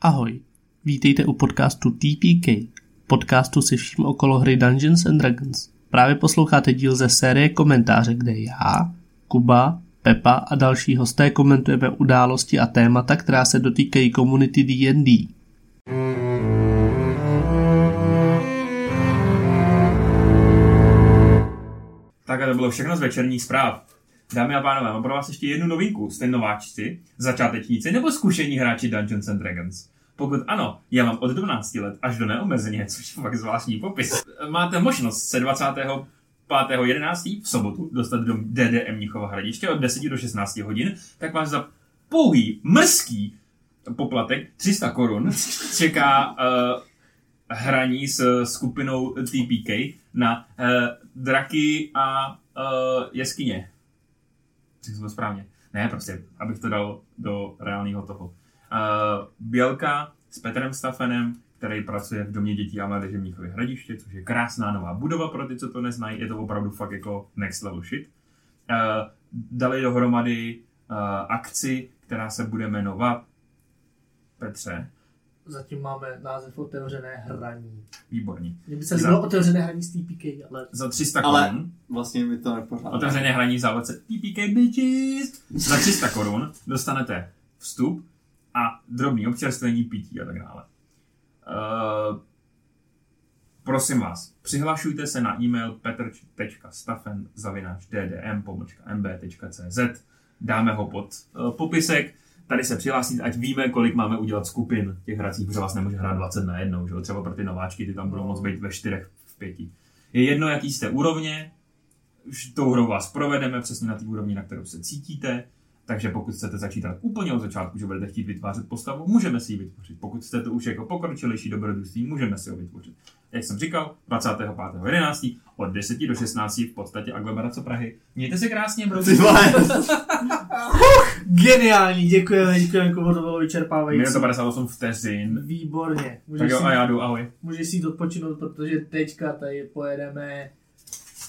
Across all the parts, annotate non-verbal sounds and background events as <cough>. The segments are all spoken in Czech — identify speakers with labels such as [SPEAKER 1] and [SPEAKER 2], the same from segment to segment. [SPEAKER 1] Ahoj, vítejte u podcastu TPK, podcastu si vším okolo hry Dungeons and Dragons. Právě posloucháte díl ze série komentáře, kde já, Kuba, Pepa a další hosté komentujeme události a témata, která se dotýkají komunity D&D.
[SPEAKER 2] Tak a to bylo všechno z večerních zpráv. Dámy a pánové, mám pro vás ještě jednu novinku. Jste nováčci, začátečníci nebo zkušení hráči Dungeons and Dragons? Pokud ano, já mám od 12 let až do neomezeně, což je fakt zvláštní popis. Máte možnost se 20. 5.11. v sobotu dostat do DDM Mnichova hradiště od 10 do 16 hodin, tak vás za pouhý mrzký poplatek 300 korun čeká eh, hraní s eh, skupinou TPK na eh, draky a eh, jeskyně. Řekl jsem to správně. Ne, prostě, abych to dal do reálného toho. Uh, Bělka s Petrem Stafenem, který pracuje v Domě dětí a mládeže v Mnichově hradiště, což je krásná nová budova pro ty, co to neznají. Je to opravdu fakt jako next level shit. Uh, dali dohromady uh, akci, která se bude jmenovat Petře,
[SPEAKER 3] Zatím máme název otevřené hraní.
[SPEAKER 2] výborný.
[SPEAKER 3] Mně by se
[SPEAKER 2] Za-
[SPEAKER 3] líbilo otevřené hraní z TPK, ale
[SPEAKER 2] Za 300
[SPEAKER 4] Ale-
[SPEAKER 2] korun.
[SPEAKER 4] Vlastně mi to nepořád.
[SPEAKER 2] Otevřeně hraní v závodce PPK bitches. Za 300 korun dostanete vstup a drobný občerstvení, pití a tak dále. Eh, prosím vás, přihlašujte se na e-mail petrč.stafen mbcz Dáme ho pod eh, popisek. Tady se přihlásíte, ať víme, kolik máme udělat skupin těch hracích, protože vás nemůže hrát 20 na jednou, že jo? Třeba pro ty nováčky, ty tam budou moc být ve čtyřech, v pěti. Je jedno, jaký jste úrovně, už tou hrou vás provedeme přesně na té úrovni, na kterou se cítíte. Takže pokud chcete začít tak úplně od začátku, že budete chtít vytvářet postavu, můžeme si ji vytvořit. Pokud chcete to už jako pokročilejší dobrodružství, můžeme si ho vytvořit. Jak jsem říkal, 25.11. od 10 do 16 v podstatě aglomerace Prahy. Mějte se krásně, bro.
[SPEAKER 4] Ty vole,
[SPEAKER 3] geniální, děkujeme, děkujeme, Kubo, to bylo vyčerpávající.
[SPEAKER 2] Minuta 58 vteřin.
[SPEAKER 3] Výborně,
[SPEAKER 2] Tak
[SPEAKER 3] můžeš,
[SPEAKER 2] jo,
[SPEAKER 3] si,
[SPEAKER 2] a já jdu, ahoj.
[SPEAKER 3] můžeš si jít odpočinout, protože teďka tady pojedeme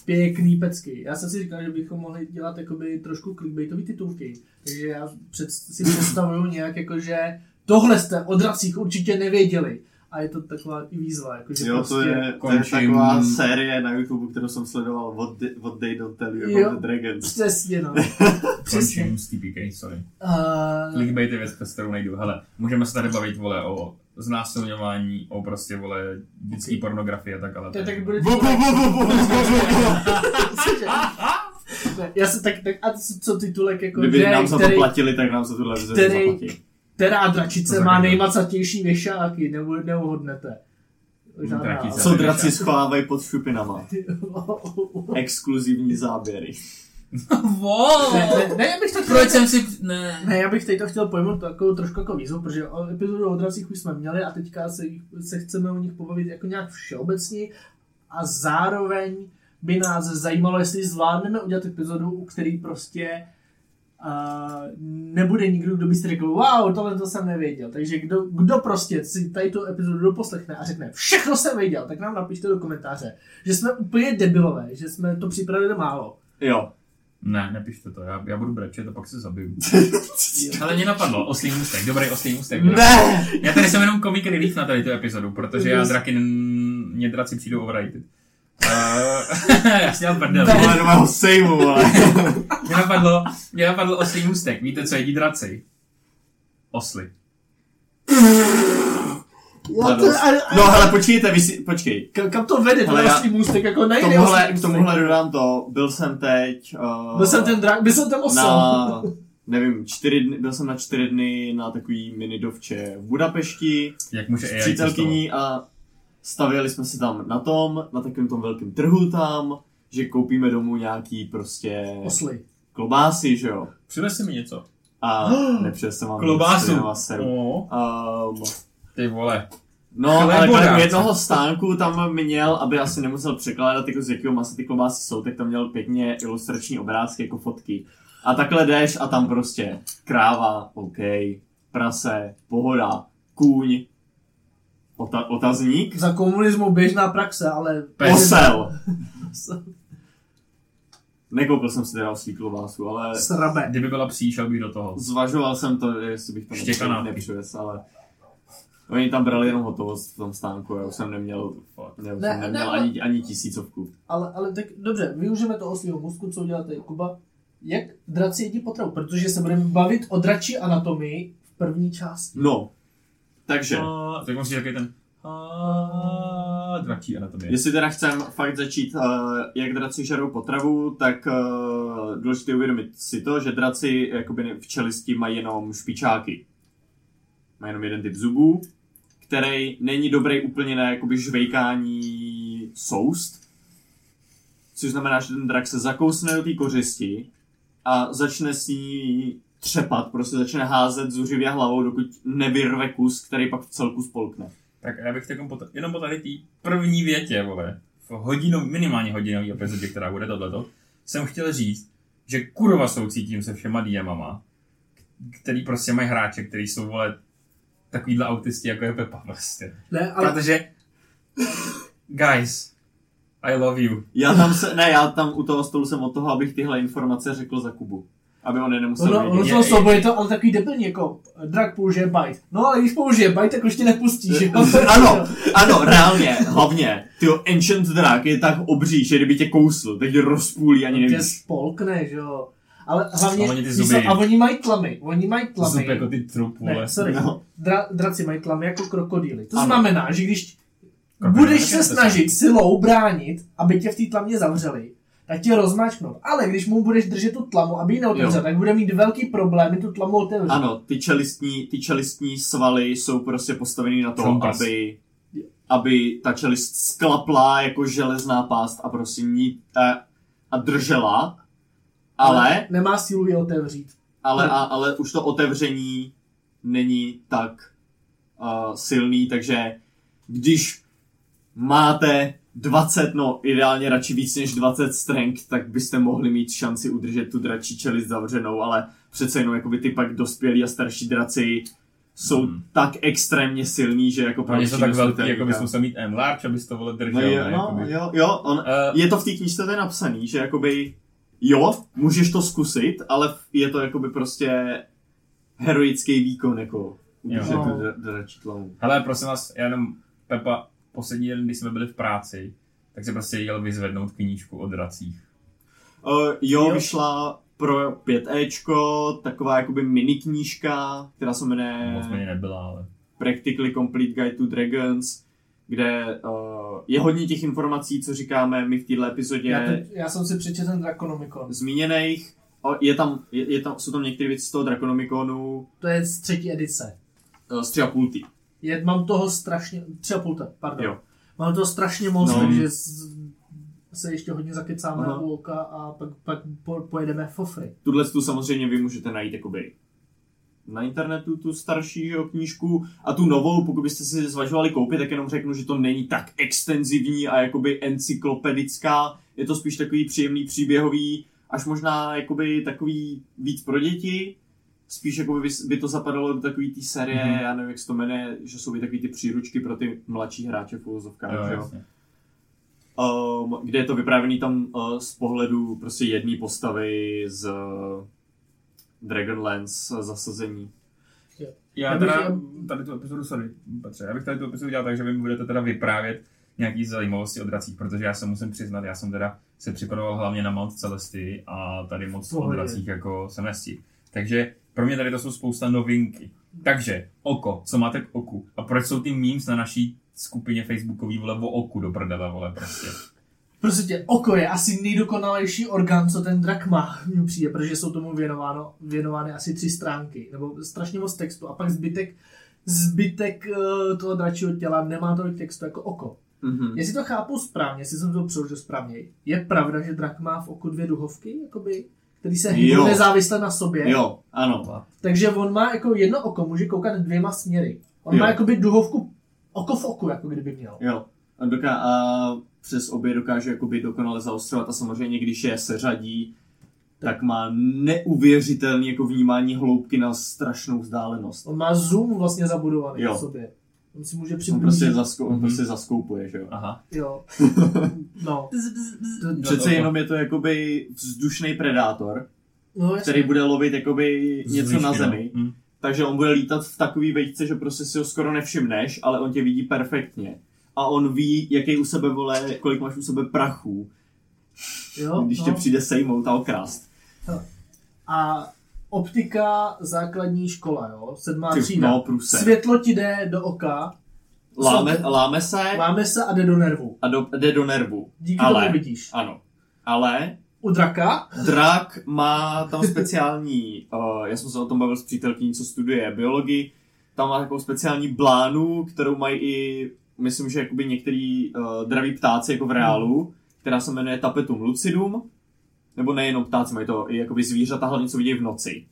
[SPEAKER 3] pěkný pecky. Já jsem si říkal, že bychom mohli dělat jakoby trošku clickbaitový titulky, takže já před, si představuju nějak jako, že tohle jste o dracích určitě nevěděli. A je to taková i výzva, jakože
[SPEAKER 4] jo,
[SPEAKER 3] prostě...
[SPEAKER 4] to je, to je
[SPEAKER 2] končím.
[SPEAKER 4] taková série na YouTube, kterou jsem sledoval What, the, what They Don't Tell You
[SPEAKER 3] Jo.
[SPEAKER 4] About The Dragons.
[SPEAKER 2] <laughs>
[SPEAKER 3] Přesně, no. Přesně.
[SPEAKER 2] Končím s TPK, sorry.
[SPEAKER 3] Uh,
[SPEAKER 2] Clickbait je věc, přes kterou nejdu. Hele, můžeme se tady bavit, vole, o znásilňování, o prostě, vole, dětský pornografii a tak, ale...
[SPEAKER 3] to je tak bude...
[SPEAKER 4] Bu, bu, bu, bu, bu, bu, bu, bu.
[SPEAKER 3] Cože? Ne, Já jsem tak, tak a co- co titulek jako,
[SPEAKER 4] Kdyby
[SPEAKER 3] že,
[SPEAKER 4] nám za to
[SPEAKER 3] který,
[SPEAKER 4] platili, tak nám za tuhle vizi
[SPEAKER 3] který-
[SPEAKER 4] zaplatí.
[SPEAKER 3] která
[SPEAKER 2] To
[SPEAKER 3] dračice
[SPEAKER 2] taky
[SPEAKER 3] má
[SPEAKER 2] ne.
[SPEAKER 3] nejmacatější věšáky, nebo neuhodnete. Žádná.
[SPEAKER 2] Dračice.
[SPEAKER 4] Co draci schovávají pod
[SPEAKER 3] <laughs>
[SPEAKER 4] šupinama. Exkluzivní záběry.
[SPEAKER 5] Wow.
[SPEAKER 3] Ne, ne, ne, já bych to
[SPEAKER 5] Proč jsem si... Ne.
[SPEAKER 3] ne, já bych tady to chtěl pojmout takovou trošku jako výzvu, protože o epizodu o dracích už jsme měli a teďka se, jich- se chceme o nich pobavit jako nějak všeobecně a zároveň by nás zajímalo, jestli zvládneme udělat epizodu, u který prostě uh, nebude nikdo, kdo by si řekl, wow, tohle to jsem nevěděl. Takže kdo, kdo prostě si tady tu epizodu doposlechne a řekne, všechno jsem věděl, tak nám napište do komentáře, že jsme úplně debilové, že jsme to připravili málo. <laughs>
[SPEAKER 4] Jo.
[SPEAKER 2] Ne, nepište to, já, já budu brečet a pak se zabiju. Ale mě napadlo, oslý můstek, dobrý oslý můstek.
[SPEAKER 4] Ne!
[SPEAKER 2] Já tady jsem jenom komik relief na tady tu epizodu, protože já draky, n- mě draci přijdou overrated. Uh, <laughs> já si dělám prdel.
[SPEAKER 4] Tohle je nového sejmu, vole.
[SPEAKER 2] Mě napadlo, mě napadlo oslý můstek, víte co jedí draci? Osly.
[SPEAKER 4] Radost. No hele, počkejte, vy si, počkej.
[SPEAKER 3] Ka- kam to vede,
[SPEAKER 4] Hele,
[SPEAKER 3] ten
[SPEAKER 4] já-
[SPEAKER 3] oslý můstek, jako
[SPEAKER 4] K
[SPEAKER 3] nejde
[SPEAKER 4] tomuhle,
[SPEAKER 3] oslý
[SPEAKER 4] k
[SPEAKER 3] můstek.
[SPEAKER 4] tomuhle dodám to, byl jsem teď... Uh,
[SPEAKER 3] Byl jsem ten drak, byl jsem ten osel.
[SPEAKER 4] na,
[SPEAKER 3] <laughs>
[SPEAKER 4] nevím, čtyři dny, byl jsem na čtyři dny na takový mini dovče v Budapešti
[SPEAKER 2] Jak může
[SPEAKER 4] s
[SPEAKER 2] AI
[SPEAKER 4] přítelkyní a stavěli jsme si tam na tom, na takovém tom velkém trhu tam, že koupíme domů nějaký prostě
[SPEAKER 3] Osly.
[SPEAKER 4] klobásy, že jo.
[SPEAKER 2] Přines si mi něco.
[SPEAKER 4] A nepřijel jsem vám
[SPEAKER 2] Klobásu.
[SPEAKER 4] Um,
[SPEAKER 2] No,
[SPEAKER 4] Ehm,
[SPEAKER 2] ty vole.
[SPEAKER 4] no,
[SPEAKER 2] Chlebo
[SPEAKER 4] ale kolem
[SPEAKER 2] dáce.
[SPEAKER 4] jednoho stánku tam měl, aby asi nemusel překládat, jako z jakého masa ty klobásy jsou, tak tam měl pěkně ilustrační obrázky, jako fotky. A takhle jdeš a tam prostě kráva, OK, prase, pohoda, kůň, ota- otazník,
[SPEAKER 3] Za komunismu běžná praxe, ale...
[SPEAKER 2] Pes.
[SPEAKER 4] osel. Nekoupil jsem si teda oslí klobásu,
[SPEAKER 3] <laughs>
[SPEAKER 4] ale
[SPEAKER 3] Srabe.
[SPEAKER 2] Kdyby byla psí, šel bych do toho.
[SPEAKER 4] zvažoval jsem to, jestli bych to
[SPEAKER 2] Štěkaná.
[SPEAKER 4] nepřivez, ale Oni tam brali jenom hotovost v tom stánku, já už jsem neměl, já už
[SPEAKER 3] Ne,
[SPEAKER 4] jsem neměl
[SPEAKER 3] ne,
[SPEAKER 4] ani, ani tisícovku.
[SPEAKER 3] Ale, ale tak dobře, využijeme to osího mozku, co udělá tady Kuba. Jak draci jedí potravu? Protože se budeme bavit o dračí anatomii v první části.
[SPEAKER 4] No, takže,
[SPEAKER 2] A, tak musíš takový ten a, dračí anatomie.
[SPEAKER 4] jestli teda chcem fakt začít, eh, jak draci žerou potravu, tak eh, důležité je uvědomit si to, že draci jakoby ne- v čelisti mají jenom špičáky. Mají jenom jeden typ zubů, který není dobrý úplně na jakoby žvejkání soust, což znamená, že ten drak se zakousne do té kořisti a začne s ní třepat, prostě začne házet zuřivě hlavou, dokud nevyrve kus, který pak v celku spolkne.
[SPEAKER 2] Tak já bych takom po t- jenom po tady té první větě, vole, v hodinu, minimálně hodinový epizodě, která bude tohleto, jsem chtěl říct, že kurva soucítím se všema DMama, který prostě mají hráče, který jsou, vole, takovýhle autisti, jako je Pepa, prostě.
[SPEAKER 3] Ne, ale
[SPEAKER 2] Protože, guys, I love you.
[SPEAKER 4] Já tam se, ne, já tam u toho stolu jsem od toho, abych tyhle informace řekl za Kubu. Aby on je nemusel
[SPEAKER 3] ono, ono
[SPEAKER 4] vědět.
[SPEAKER 3] to slovo je to ale takový debilní, jako drak použije bite. No ale když použije bite, tak už jako- tě nepustí,
[SPEAKER 4] <laughs>
[SPEAKER 3] že?
[SPEAKER 4] ano, ano, reálně, hlavně. Ty Ancient Drak je tak obří, že kdyby tě kousl, tak tě rozpůlí ani
[SPEAKER 3] Tě
[SPEAKER 4] nevíš.
[SPEAKER 3] spolkne, že jo. Ale hlavně,
[SPEAKER 2] A oni ty
[SPEAKER 3] víš
[SPEAKER 2] zuby.
[SPEAKER 3] co, a oni mají tlamy, oni mají tlamy.
[SPEAKER 2] Zup jako ty trup, vole.
[SPEAKER 3] Ne, sorry.
[SPEAKER 4] No.
[SPEAKER 3] Dra, draci mají tlamy jako krokodýly. To
[SPEAKER 4] Ano.
[SPEAKER 3] znamená, že když
[SPEAKER 2] Krokodýl
[SPEAKER 3] budeš
[SPEAKER 2] taky
[SPEAKER 3] se
[SPEAKER 2] nechce
[SPEAKER 3] snažit silou bránit, aby tě v té tlamě zavřeli, tak tě rozmáčknou. Ale když mu budeš držet tu tlamu, aby ji neotevřel,
[SPEAKER 4] Jo.
[SPEAKER 3] tak bude mít velký problémy tu tlamu otevřít.
[SPEAKER 4] Ano, ty čelistní, ty čelistní svaly jsou prostě postaveny na to,
[SPEAKER 2] Kompas.
[SPEAKER 4] aby, aby ta čelist sklapla jako železná pást a prostě ní a, a držela, ale,
[SPEAKER 3] Nemá sílu je otevřít.
[SPEAKER 2] Hmm.
[SPEAKER 4] ale, a, ale už to otevření není tak uh, silný, takže když máte 20, no ideálně radši víc než 20 strength, tak byste mohli mít šanci udržet tu dračí čelist zavřenou, ale přece jenom jakoby ty pak dospělí a starší draci jsou
[SPEAKER 2] Hmm.
[SPEAKER 4] hmm. tak extrémně silní, že jako
[SPEAKER 2] Oni jsou
[SPEAKER 4] určitě
[SPEAKER 2] tak
[SPEAKER 4] jsou
[SPEAKER 2] velký,
[SPEAKER 4] tak-
[SPEAKER 2] jako bys musel mít M large, abys to, vole,
[SPEAKER 4] No,
[SPEAKER 2] držel.
[SPEAKER 4] jo,
[SPEAKER 2] ne,
[SPEAKER 4] no,
[SPEAKER 2] jakoby.
[SPEAKER 4] jo, jo, on,
[SPEAKER 2] Eh,
[SPEAKER 4] je to v té knížce tady napsaný, že jakoby jo, můžeš to zkusit, ale je to jakoby prostě heroický výkon, jako udržet
[SPEAKER 3] No.
[SPEAKER 2] Jo.
[SPEAKER 4] tu dra- dračí tlamu.
[SPEAKER 2] Hele, prosím vás, já jenom Pepa, poslední den, když jsme byli v práci, tak se prostě jel vyzvednout knížku o dracích.
[SPEAKER 4] Uh, jo,
[SPEAKER 3] Jo.
[SPEAKER 4] jo, vyšla pro 5Ečko, taková jakoby mini knížka, která se jmenuje
[SPEAKER 2] Moc mi nebyla, ale...
[SPEAKER 4] Practically Complete Guide to Dragons, kde uh, je hodně těch informací, co říkáme my v této epizodě.
[SPEAKER 3] Já, teď, já jsem si přečetl ten Draconomicon.
[SPEAKER 4] zmíněných. O, Je tam, je, je tam, jsou tam některé věci z toho Draconomiconu
[SPEAKER 3] To je z třetí edice.
[SPEAKER 4] eh, z tři a půl tý.
[SPEAKER 3] Je, mám toho strašně, tři a půl té, pardon.
[SPEAKER 4] Jo.
[SPEAKER 3] Mám toho strašně moc, no.
[SPEAKER 4] No.
[SPEAKER 3] takže z, se ještě hodně zakecáme
[SPEAKER 4] Aha.
[SPEAKER 3] u oka a pak, pak po, pojedeme fofry.
[SPEAKER 4] Tuhle tu samozřejmě vy můžete najít jakoby na internetu tu starší že jo, knížku a tu novou, pokud byste si zvažovali koupit, tak jenom řeknu, že to není tak extenzivní a jakoby encyklopedická, je to spíš takový příjemný příběhový, až možná jakoby takový víc pro děti, spíš jakoby by, by to zapadalo do takový té série,
[SPEAKER 2] Mhm.
[SPEAKER 4] mm-hmm. já nevím, jak se to jmenuje, že jsou i takový ty příručky pro ty mladší hráče v úvozovkách, že jo?
[SPEAKER 2] jasně.
[SPEAKER 4] um, kde je to vyprávěný tam uh, z pohledu prostě jedné postavy z uh, Dragonlance eh, zasazení.
[SPEAKER 2] Já
[SPEAKER 3] Já bych-
[SPEAKER 2] teda tady tu epizodu, sorry, Petře, já bych tady tu epizodu dělal tak, že vy mi budete teda vyprávět nějaký zajímavosti o dracích, protože já se musím přiznat, já jsem teda se připravoval hlavně na Mount Celesty a tady moc o
[SPEAKER 3] Pohodě.
[SPEAKER 2] dracích jako jsem nestihl. Takže pro mě tady to jsou spousta novinky. Takže oko, co máte k oku a proč jsou ty memes na naší skupině facebookový vole o oku do prdele, vole prostě.
[SPEAKER 3] Prostě tě, oko je asi nejdokonalejší orgán, co ten drak má, <laughs> mně přijde, protože jsou tomu věnováno, věnovány asi tři stránky, nebo strašně moc textu a pak zbytek, zbytek eh, toho dračího těla nemá tolik textu jako oko.
[SPEAKER 4] Mm-hmm.
[SPEAKER 3] Jestli to chápu správně, jestli jsem to přeložil správně, je pravda, že drak má v oku dvě duhovky, jakoby, který se hýbou
[SPEAKER 4] Jo.
[SPEAKER 3] nezávisle na sobě,
[SPEAKER 4] Jo, ano.
[SPEAKER 3] takže on má jako jedno oko, může koukat dvěma směry. On
[SPEAKER 4] Jo.
[SPEAKER 3] má jakoby duhovku, oko v oku, jako kdyby měl.
[SPEAKER 4] Jo. A, doká- a přes obě dokáže jakoby dokonale zaostřovat a samozřejmě, když je seřadí, tak má neuvěřitelný jako vnímání hloubky na strašnou vzdálenost.
[SPEAKER 3] On má zoom vlastně zabudovaný
[SPEAKER 4] Jo.
[SPEAKER 3] v sobě. On si může
[SPEAKER 4] On
[SPEAKER 3] přiblížit.
[SPEAKER 4] prostě, zasko- on
[SPEAKER 2] Mhm.
[SPEAKER 4] prostě zaskoupuje, že jo.
[SPEAKER 2] Aha.
[SPEAKER 4] <laughs>
[SPEAKER 3] Jo. No.
[SPEAKER 5] Bzz, bzz, bzz.
[SPEAKER 3] To-
[SPEAKER 4] Přece jenom je to jakoby vzdušný predátor,
[SPEAKER 3] no jasně.
[SPEAKER 4] který bude lovit jakoby něco na
[SPEAKER 2] Zvýšky, no.
[SPEAKER 4] zemi.
[SPEAKER 2] Hm.
[SPEAKER 4] takže on bude lítat v takový vejce, že prostě si ho skoro nevšimneš, ale on tě vidí perfektně. A on ví, jaký u sebe vole, kolik máš u sebe prachů,
[SPEAKER 3] Jo,
[SPEAKER 4] když
[SPEAKER 3] no.
[SPEAKER 4] tě přijde sejmout a okrást.
[SPEAKER 3] A optika základní škola, jo? Sedmá
[SPEAKER 4] Ty,
[SPEAKER 3] třída.
[SPEAKER 4] no, průser.
[SPEAKER 3] Světlo ti jde do oka,
[SPEAKER 4] Láme, láme se
[SPEAKER 3] máme se a jde do nervu.
[SPEAKER 4] a do, jde do nervu.
[SPEAKER 3] Díky
[SPEAKER 4] ale,
[SPEAKER 3] tomu vidíš.
[SPEAKER 4] Ano. Ale
[SPEAKER 3] U draka
[SPEAKER 4] Drak má tam speciální, <laughs> uh, já jsem se o tom bavil s přítelkyní, co studuje biologii, tam má takovou speciální blánu, kterou mají i, myslím, že jakoby některý uh, draví ptáci jako v reálu, která se jmenuje tapetum lucidum, nebo nejenom ptáci, mají to i jakoby zvířata, hlavně co vidějí v noci.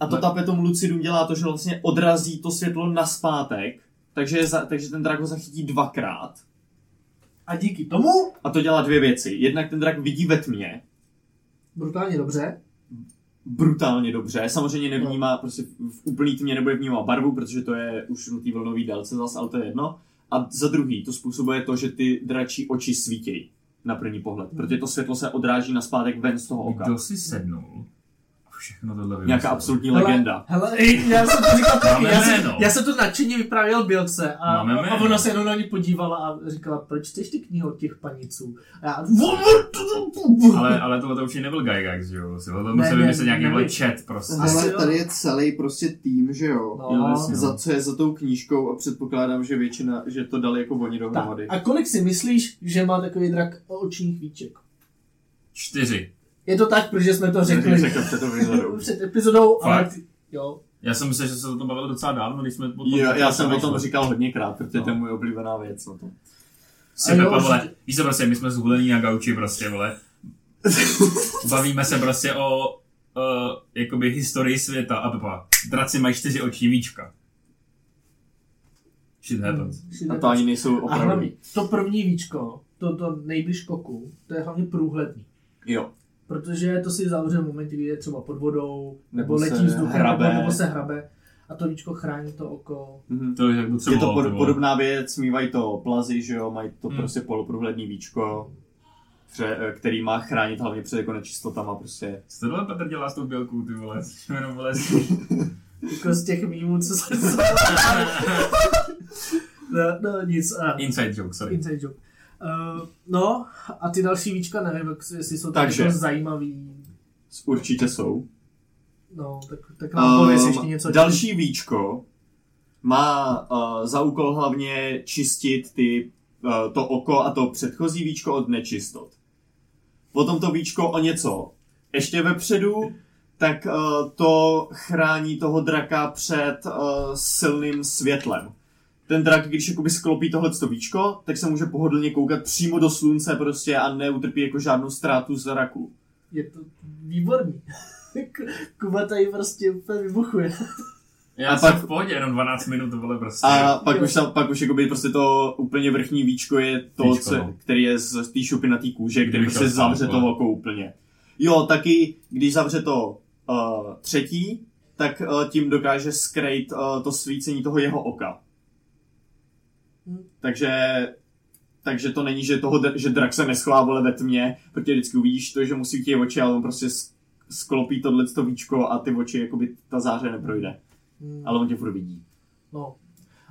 [SPEAKER 4] A to tapetum lucidum dělá to, že vlastně odrazí to světlo naspátek, takže, je za, takže ten drak ho zachytí dvakrát.
[SPEAKER 3] a díky tomu,
[SPEAKER 4] A to dělá dvě věci. Jednak ten drak vidí ve tmě,
[SPEAKER 3] brutálně dobře,
[SPEAKER 4] brutálně dobře. Samozřejmě nevnímá, prostě v úplný tmě nebude vnímat barvu, protože to je už na té vlnové délce zase, ale to je jedno. A za druhý, to způsobuje to, že ty dračí oči svítějí na první pohled, protože to světlo se odráží na zpátek ven z toho oka.
[SPEAKER 2] Kdo si sednul? a Všechno tohle vymyslel.
[SPEAKER 4] Nějaká absolutní legenda.
[SPEAKER 3] Hele, hele, já jsem to říkal taky,
[SPEAKER 2] Máme
[SPEAKER 3] já, jsem,
[SPEAKER 2] jméno.
[SPEAKER 3] já jsem to nadšeně vyprávěl Bělce a,
[SPEAKER 2] Máme
[SPEAKER 3] a
[SPEAKER 2] jméno.
[SPEAKER 3] ona se jenom na ní podívala a říkala, proč čteš ty knihy od těch paniců? A já, "Vu, vu, tu, tu, tu, tu."
[SPEAKER 2] Ale, ale tohle to už je nebyl Gygax, že jo? Vlastně, Tohle to
[SPEAKER 3] Ne,
[SPEAKER 2] musel
[SPEAKER 3] ne,
[SPEAKER 2] vymyslet nějaký
[SPEAKER 3] ne,
[SPEAKER 2] vole
[SPEAKER 3] ne.
[SPEAKER 2] chat prostě.
[SPEAKER 3] Asi
[SPEAKER 4] Ale
[SPEAKER 3] jo.
[SPEAKER 4] tady je celý prostě tým, že jo?
[SPEAKER 3] No.
[SPEAKER 2] Jo, jasně, no.
[SPEAKER 4] Za co je za tou knížkou a předpokládám, že většina, že to dali jako oni
[SPEAKER 3] tak,
[SPEAKER 4] dohromady.
[SPEAKER 3] a kolik si myslíš, že má takový drak očních víček?
[SPEAKER 2] Čtyři.
[SPEAKER 3] Je to tak, protože jsme to řekli
[SPEAKER 4] Řekl před tou epizodou.
[SPEAKER 3] <laughs> před epizodou, ale
[SPEAKER 2] Fakt?
[SPEAKER 3] ty, jo,
[SPEAKER 2] Já jsem myslel, že se o tom bavil docela dávno, když jsme o tom...
[SPEAKER 4] Jo, já jsem o tom
[SPEAKER 2] Jsi
[SPEAKER 4] říkal hodněkrát, protože
[SPEAKER 2] No.
[SPEAKER 4] to je moje oblíbená věc no na tom.
[SPEAKER 3] A jo,
[SPEAKER 2] Pepa, vole,
[SPEAKER 3] určitě.
[SPEAKER 2] víš co, prostě, my jsme zhulení na gauči prostě,
[SPEAKER 3] <laughs>
[SPEAKER 2] vole. Bavíme se prostě o uh, jakoby historii světa a Pepa, draci mají čtyři očí víčka. Shit happens.
[SPEAKER 4] A to ani nejsou
[SPEAKER 3] A hlavně
[SPEAKER 4] opravdu.
[SPEAKER 3] to první víčko, to, to nejbliž koku, to je hlavně průhledný.
[SPEAKER 4] Jo.
[SPEAKER 3] Protože to si zavře v momentě, kdy je třeba pod vodou, nebo,
[SPEAKER 4] Nebo
[SPEAKER 3] nebo letí
[SPEAKER 4] se
[SPEAKER 3] vzduchem,
[SPEAKER 4] hrabe.
[SPEAKER 3] Nebo, nebo se hrabe. A to víčko chrání to oko.
[SPEAKER 4] Mhm.
[SPEAKER 2] To je jak docela
[SPEAKER 4] Je to
[SPEAKER 2] ty
[SPEAKER 4] pod,
[SPEAKER 2] vole.
[SPEAKER 4] podobná věc, mývají to plazy, že jo, mají to
[SPEAKER 2] Hmm.
[SPEAKER 4] hmm. prostě poloprůhledný víčko, pře, který má chránit hlavně před jako nečistotama prostě.
[SPEAKER 2] Co tohle Petr dělá s tou bělkou, ty vole? Jenom vole...
[SPEAKER 3] Jako z těch mýmů, co
[SPEAKER 4] <laughs>
[SPEAKER 3] se... no, no, nic. A,
[SPEAKER 2] Inside joke, sorry.
[SPEAKER 3] inside joke. Uh, no, a ty další víčka, nevím, jak- jestli jsou tak
[SPEAKER 4] Takže.
[SPEAKER 3] jako zajímavý.
[SPEAKER 4] S- Určitě jsou.
[SPEAKER 3] No, tak, tak nám pověz ještě něco.
[SPEAKER 4] Eh, Ehm, další víčko má uh, za úkol hlavně čistit ty, uh, to oko a to předchozí víčko od nečistot. Potom to víčko o něco ještě vepředu, tak uh, to chrání toho draka před uh, silným světlem. Ten drak, když jakoby sklopí tohleto víčko, tak se může pohodlně koukat přímo do slunce prostě a neutrpí jako žádnou ztrátu zraku.
[SPEAKER 3] Je to výborný. <laughs> Kuba tady prostě úplně vybuchuje.
[SPEAKER 2] Já
[SPEAKER 4] A
[SPEAKER 2] jsem
[SPEAKER 4] pak-
[SPEAKER 2] v pohodě, jenom 12 minut, vole, prostě.
[SPEAKER 4] A pak
[SPEAKER 3] Jo.
[SPEAKER 4] už, tam, pak už jakoby prostě to úplně vrchní víčko je to,
[SPEAKER 2] Víčko,
[SPEAKER 4] co,
[SPEAKER 2] no.
[SPEAKER 4] který je z z té šupinatý kůže, kde
[SPEAKER 2] Kdyby
[SPEAKER 4] prostě
[SPEAKER 2] šel
[SPEAKER 4] zavře
[SPEAKER 2] spát,
[SPEAKER 4] to
[SPEAKER 2] vole.
[SPEAKER 4] oko úplně. Jo, taky když zavře to uh, třetí, tak uh, tím dokáže skrejt uh, to svícení toho jeho oka.
[SPEAKER 3] Hm.
[SPEAKER 4] Takže takže to není, že, toho, dr- že drak se neschlá vole ve tmě, protože vždycky uvidíš to, že mu svítí oči, ale on prostě sk- sklopí tohle víčko a ty oči, jakoby ta záře neprojde.
[SPEAKER 3] Hmm.
[SPEAKER 4] Ale on tě furt vidí.
[SPEAKER 3] No.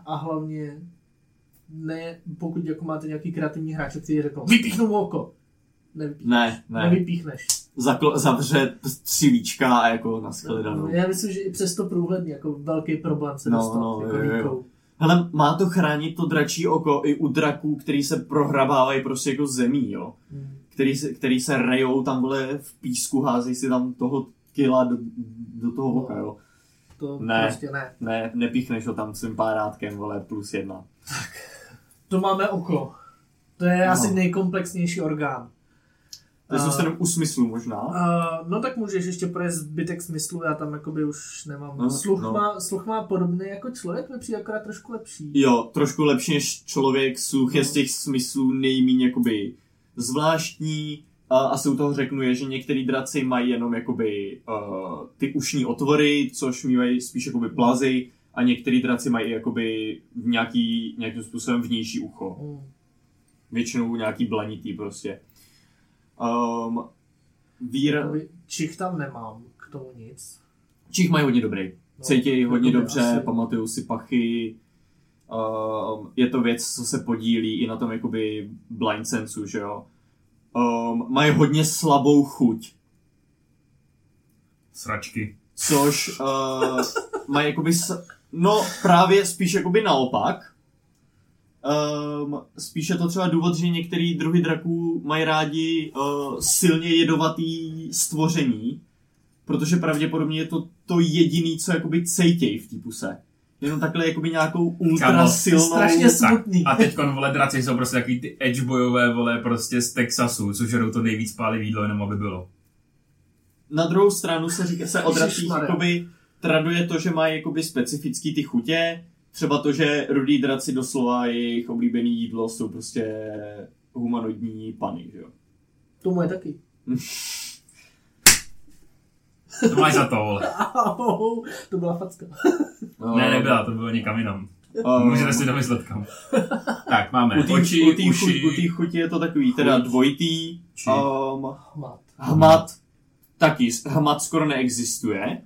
[SPEAKER 3] A hlavně, ne, pokud jako máte nějaký kreativní hráče, který řekl, vypíchnu mu oko. Nevypíchneš.
[SPEAKER 4] Ne,
[SPEAKER 3] Ne.
[SPEAKER 4] ne.
[SPEAKER 3] Nevypíchneš.
[SPEAKER 4] zakl- zavře tři víčka a jako na shledanou.
[SPEAKER 3] No, Já myslím, že i přesto průhledně, jako velký problém se
[SPEAKER 4] No,
[SPEAKER 3] dostat
[SPEAKER 4] no,
[SPEAKER 3] jako
[SPEAKER 4] jo, jo.
[SPEAKER 3] výkou.
[SPEAKER 4] Hele, má to chránit to dračí oko i u draků, který se prohrabávají prostě jako zemí, jo.
[SPEAKER 3] Hmm.
[SPEAKER 4] Který se, který se rejou tam vole v písku, házejí si tam toho kila do, do toho oka, jo.
[SPEAKER 3] To ne.
[SPEAKER 4] Ne.
[SPEAKER 3] prostě ne.
[SPEAKER 4] Ne, nepíchneš ho tam svým párátkem, vole, plus jedna.
[SPEAKER 3] To máme oko. To je no.
[SPEAKER 4] No.
[SPEAKER 3] asi nejkomplexnější orgán.
[SPEAKER 4] To je
[SPEAKER 3] A-
[SPEAKER 4] zůstanu u smyslu možná.
[SPEAKER 3] Uh, no tak můžeš ještě projet zbytek smyslu, já tam jakoby už nemám. No,
[SPEAKER 4] No,
[SPEAKER 3] sluch, no.
[SPEAKER 4] no.
[SPEAKER 3] Má, sluch má podobný jako člověk, mi přijde akorát trošku lepší.
[SPEAKER 4] Jo, trošku lepší než člověk, sluch je z těch smyslů nejmíň jakoby zvláštní. A asi u toho řeknu je, že některý draci mají jenom jakoby uh, ty ušní otvory, což mývají spíš jakoby plazy a některý draci mají i jakoby v nějaký, nějakým způsobem vnější ucho.
[SPEAKER 3] Hmm.
[SPEAKER 4] Většinou nějaký blanitý prostě. Um, vír...
[SPEAKER 3] Jakoby Čich tam nemám k tomu nic.
[SPEAKER 4] Čich mají hodně dobrý. cítí hodně
[SPEAKER 3] jakoby
[SPEAKER 4] dobře,
[SPEAKER 3] asi.
[SPEAKER 4] pamatují si pachy. Um, je to věc, co se podílí i na tom jakoby blind sensu, že jo. Um, mají hodně slabou chuť,
[SPEAKER 2] Sračky.
[SPEAKER 4] což uh, mají jakoby, s- no právě spíš jakoby naopak. Um, spíš je to třeba důvod, že některý druhy draků mají rádi uh, silně jedovatý stvoření, protože pravděpodobně je to to jediný, co jakoby cejtěj v té puse. Jenom takhle jakoby nějakou ultra
[SPEAKER 2] Kámo,
[SPEAKER 4] silnou...
[SPEAKER 3] strašně smutný.
[SPEAKER 2] A teď vole draci jsou prostě takový ty edge bojové vole prostě z Texasu, což žerou to nejvíc pálivý jídlo, jenom aby bylo.
[SPEAKER 4] Na druhou stranu se, říká, se o dracích
[SPEAKER 3] Ježišmarja.
[SPEAKER 4] jakoby traduje to, že mají jakoby specifický ty chutě, třeba to, že rudí draci doslova jejich oblíbený jídlo jsou prostě humanoidní pany, že jo.
[SPEAKER 3] To moje taky.
[SPEAKER 2] To máš za to, vole.
[SPEAKER 3] Ahoj, to byla facka.
[SPEAKER 4] No. Eh,
[SPEAKER 2] Ne, nebyla, to bylo někam jinam.
[SPEAKER 4] Um,
[SPEAKER 2] Můžete si domyslet kam. Tak, máme
[SPEAKER 4] u té
[SPEAKER 2] oči,
[SPEAKER 4] u té
[SPEAKER 2] uši,
[SPEAKER 4] chuti, u té chuti je to takový teda
[SPEAKER 2] chuť,
[SPEAKER 4] dvojitý,
[SPEAKER 2] či-
[SPEAKER 4] um,
[SPEAKER 3] Mat.
[SPEAKER 4] hmat, taky, hmat skoro neexistuje,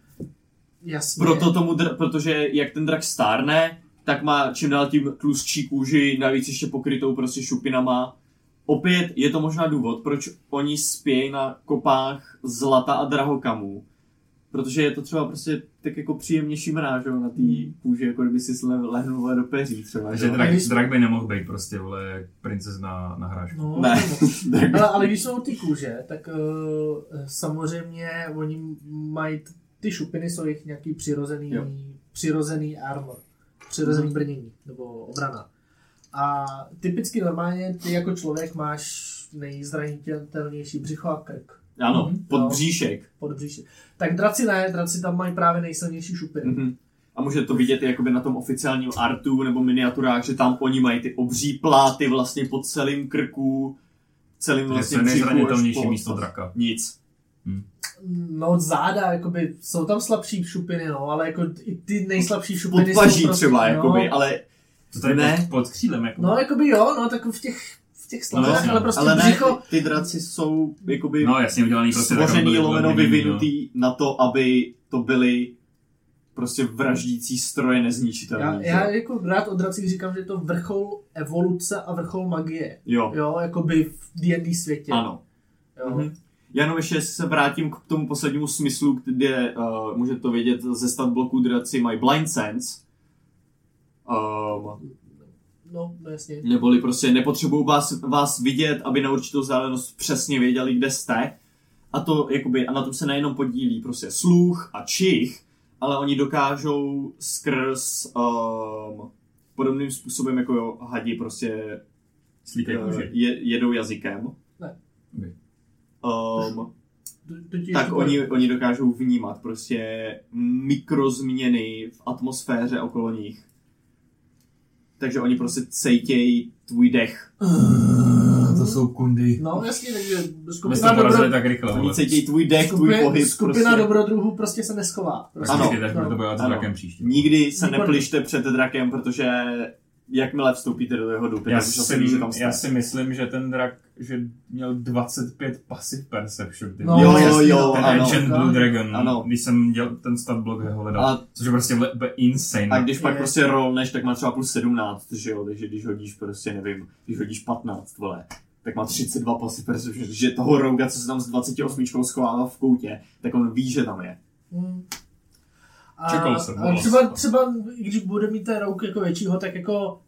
[SPEAKER 3] Jasně.
[SPEAKER 4] Proto tomu, dr- protože jak ten drak stárne, tak má čím dál tím tlustší kůži, navíc ještě pokrytou prostě šupinama. Opět je to možná důvod, proč oni spějí na kopách zlata a drahokamů. Protože je to třeba prostě tak jako příjemnější mráž jo, na té
[SPEAKER 3] Hmm.
[SPEAKER 4] kůži, jako kdyby si sle- lehnul vole do peří třeba.
[SPEAKER 2] že
[SPEAKER 4] Že
[SPEAKER 2] drak, drak by nemohl být prostě, vole, princezna na hrášku.
[SPEAKER 3] No,
[SPEAKER 4] Ne.
[SPEAKER 3] nebo-
[SPEAKER 4] <laughs> drak.
[SPEAKER 3] Ale, ale když jsou ty kůže, tak uh, samozřejmě oni mají, t- ty šupiny jsou jejich nějaký přirozený,
[SPEAKER 4] Jo.
[SPEAKER 3] přirozený armor, přirozený brnění nebo obrana. A typicky normálně ty jako člověk máš nejzranitelnější břicho a krk
[SPEAKER 4] Ano,
[SPEAKER 3] Mhm.
[SPEAKER 4] pod
[SPEAKER 3] No.
[SPEAKER 4] bříšek.
[SPEAKER 3] pod bříši. Tak draci ne, draci tam mají právě nejsilnější šupiny.
[SPEAKER 4] Mhm. A může to vidět i jakoby na tom oficiálním artu nebo miniaturách, že tam oni mají ty obří pláty vlastně po celým krku, celým
[SPEAKER 2] Že to
[SPEAKER 4] vlastně
[SPEAKER 2] je
[SPEAKER 4] břichu až
[SPEAKER 2] nejzranitelnější
[SPEAKER 4] po-
[SPEAKER 2] místo draka.
[SPEAKER 4] Nic.
[SPEAKER 3] No záda, jakoby, jsou tam slabší šupiny, no, ale jako i ty nejslabší šupiny
[SPEAKER 4] Podpaží
[SPEAKER 3] jsou prostě,
[SPEAKER 4] třeba,
[SPEAKER 3] no,
[SPEAKER 4] jakoby, ale
[SPEAKER 2] To tady
[SPEAKER 4] Ne.
[SPEAKER 2] pod, pod křídlem, jako.
[SPEAKER 3] No, jakoby jo, no, tak v těch, v těch slavinách,
[SPEAKER 2] jasně,
[SPEAKER 3] no, ale prostě
[SPEAKER 4] ale
[SPEAKER 3] ale
[SPEAKER 4] ne,
[SPEAKER 3] břicho,
[SPEAKER 4] ty draci jsou jakoby
[SPEAKER 2] No, jasně, udělaný prostě
[SPEAKER 4] stvořený
[SPEAKER 2] takovou-
[SPEAKER 4] lomeno
[SPEAKER 2] takovou-
[SPEAKER 4] vyvinutý
[SPEAKER 2] no.
[SPEAKER 4] na to, aby to byly prostě vraždící stroje
[SPEAKER 3] já,
[SPEAKER 4] nezničitelné.
[SPEAKER 3] já
[SPEAKER 4] že?
[SPEAKER 3] jako rád o dracích říkám, že je to vrchol evoluce a vrchol magie,
[SPEAKER 4] Jo,
[SPEAKER 3] jo, jakoby v D&D světě,
[SPEAKER 4] ano.
[SPEAKER 3] jo.
[SPEAKER 4] Mhm. Já jenom ještě se vrátím k tomu poslednímu smyslu, kde uh, můžete to vědět ze stat bloku draci mají blind sense. Um,
[SPEAKER 3] No, no jasně.
[SPEAKER 4] Neboli prostě nepotřebují vás, vás vidět, aby na určitou vzdálenost přesně věděli, kde jste. A to jakoby, a na tom se nejenom podílí prostě sluch a čich, ale oni dokážou skrz um, podobným způsobem jako jo, hadi prostě
[SPEAKER 2] Slíkej
[SPEAKER 4] eh,
[SPEAKER 2] kůži.
[SPEAKER 4] je, jedou jazykem.
[SPEAKER 3] Ne.
[SPEAKER 2] Ok.
[SPEAKER 4] Um,
[SPEAKER 3] To- to ti
[SPEAKER 4] tak
[SPEAKER 3] ještě
[SPEAKER 4] oni, oni dokážou vnímat prostě mikrozměny v atmosféře okolo nich. Takže oni prostě cejtějí tvůj dech.
[SPEAKER 2] To jsou kundy.
[SPEAKER 3] No jasně, takže
[SPEAKER 2] My
[SPEAKER 3] skupina,
[SPEAKER 2] jsme porazili
[SPEAKER 3] dobro...
[SPEAKER 2] tak rychle,
[SPEAKER 4] Oni
[SPEAKER 2] vole.
[SPEAKER 4] cítí tvůj dech, tvůj
[SPEAKER 3] skupina,
[SPEAKER 4] pohyb.
[SPEAKER 3] skupina
[SPEAKER 4] prostě.
[SPEAKER 3] dobrodruhů prostě se neschová. Prostě.
[SPEAKER 2] Tak
[SPEAKER 4] Ano.
[SPEAKER 2] vždycky jdeš, budete bojovat s
[SPEAKER 4] Ano.
[SPEAKER 2] drakem příště.
[SPEAKER 4] Nikdy se
[SPEAKER 3] Výborně.
[SPEAKER 4] neplište před drakem, protože jakmile vstoupíte do jeho dupy,
[SPEAKER 2] Já
[SPEAKER 4] tak už asi ví,
[SPEAKER 2] si,
[SPEAKER 4] že tam jste.
[SPEAKER 2] já si myslím, že ten drak, že měl 25 passive perception. Ty.
[SPEAKER 3] No,
[SPEAKER 2] vole.
[SPEAKER 4] jo,
[SPEAKER 3] jasně,
[SPEAKER 4] jo,
[SPEAKER 3] no.
[SPEAKER 2] ten
[SPEAKER 4] ano.
[SPEAKER 2] Ancient Blue Dragon,
[SPEAKER 4] Ano.
[SPEAKER 2] když jsem dělal ten stat blog, jeho hledal,
[SPEAKER 4] A,
[SPEAKER 2] což je prostě le- be- insane.
[SPEAKER 4] a když pak
[SPEAKER 3] Je.
[SPEAKER 4] prostě rollneš, tak má třeba plus 17, že jo, takže když hodíš prostě, nevím, když hodíš 15, vole, tak má 32 pasy perception, že toho rouga, co se tam s 28 schovává v koutě, tak on ví, že tam je.
[SPEAKER 3] Hmm. A,
[SPEAKER 2] Čekal jsem,
[SPEAKER 3] a
[SPEAKER 2] volal
[SPEAKER 3] třeba,
[SPEAKER 2] jsem.
[SPEAKER 3] třeba, i když bude mít ten rouk jako většího, tak jako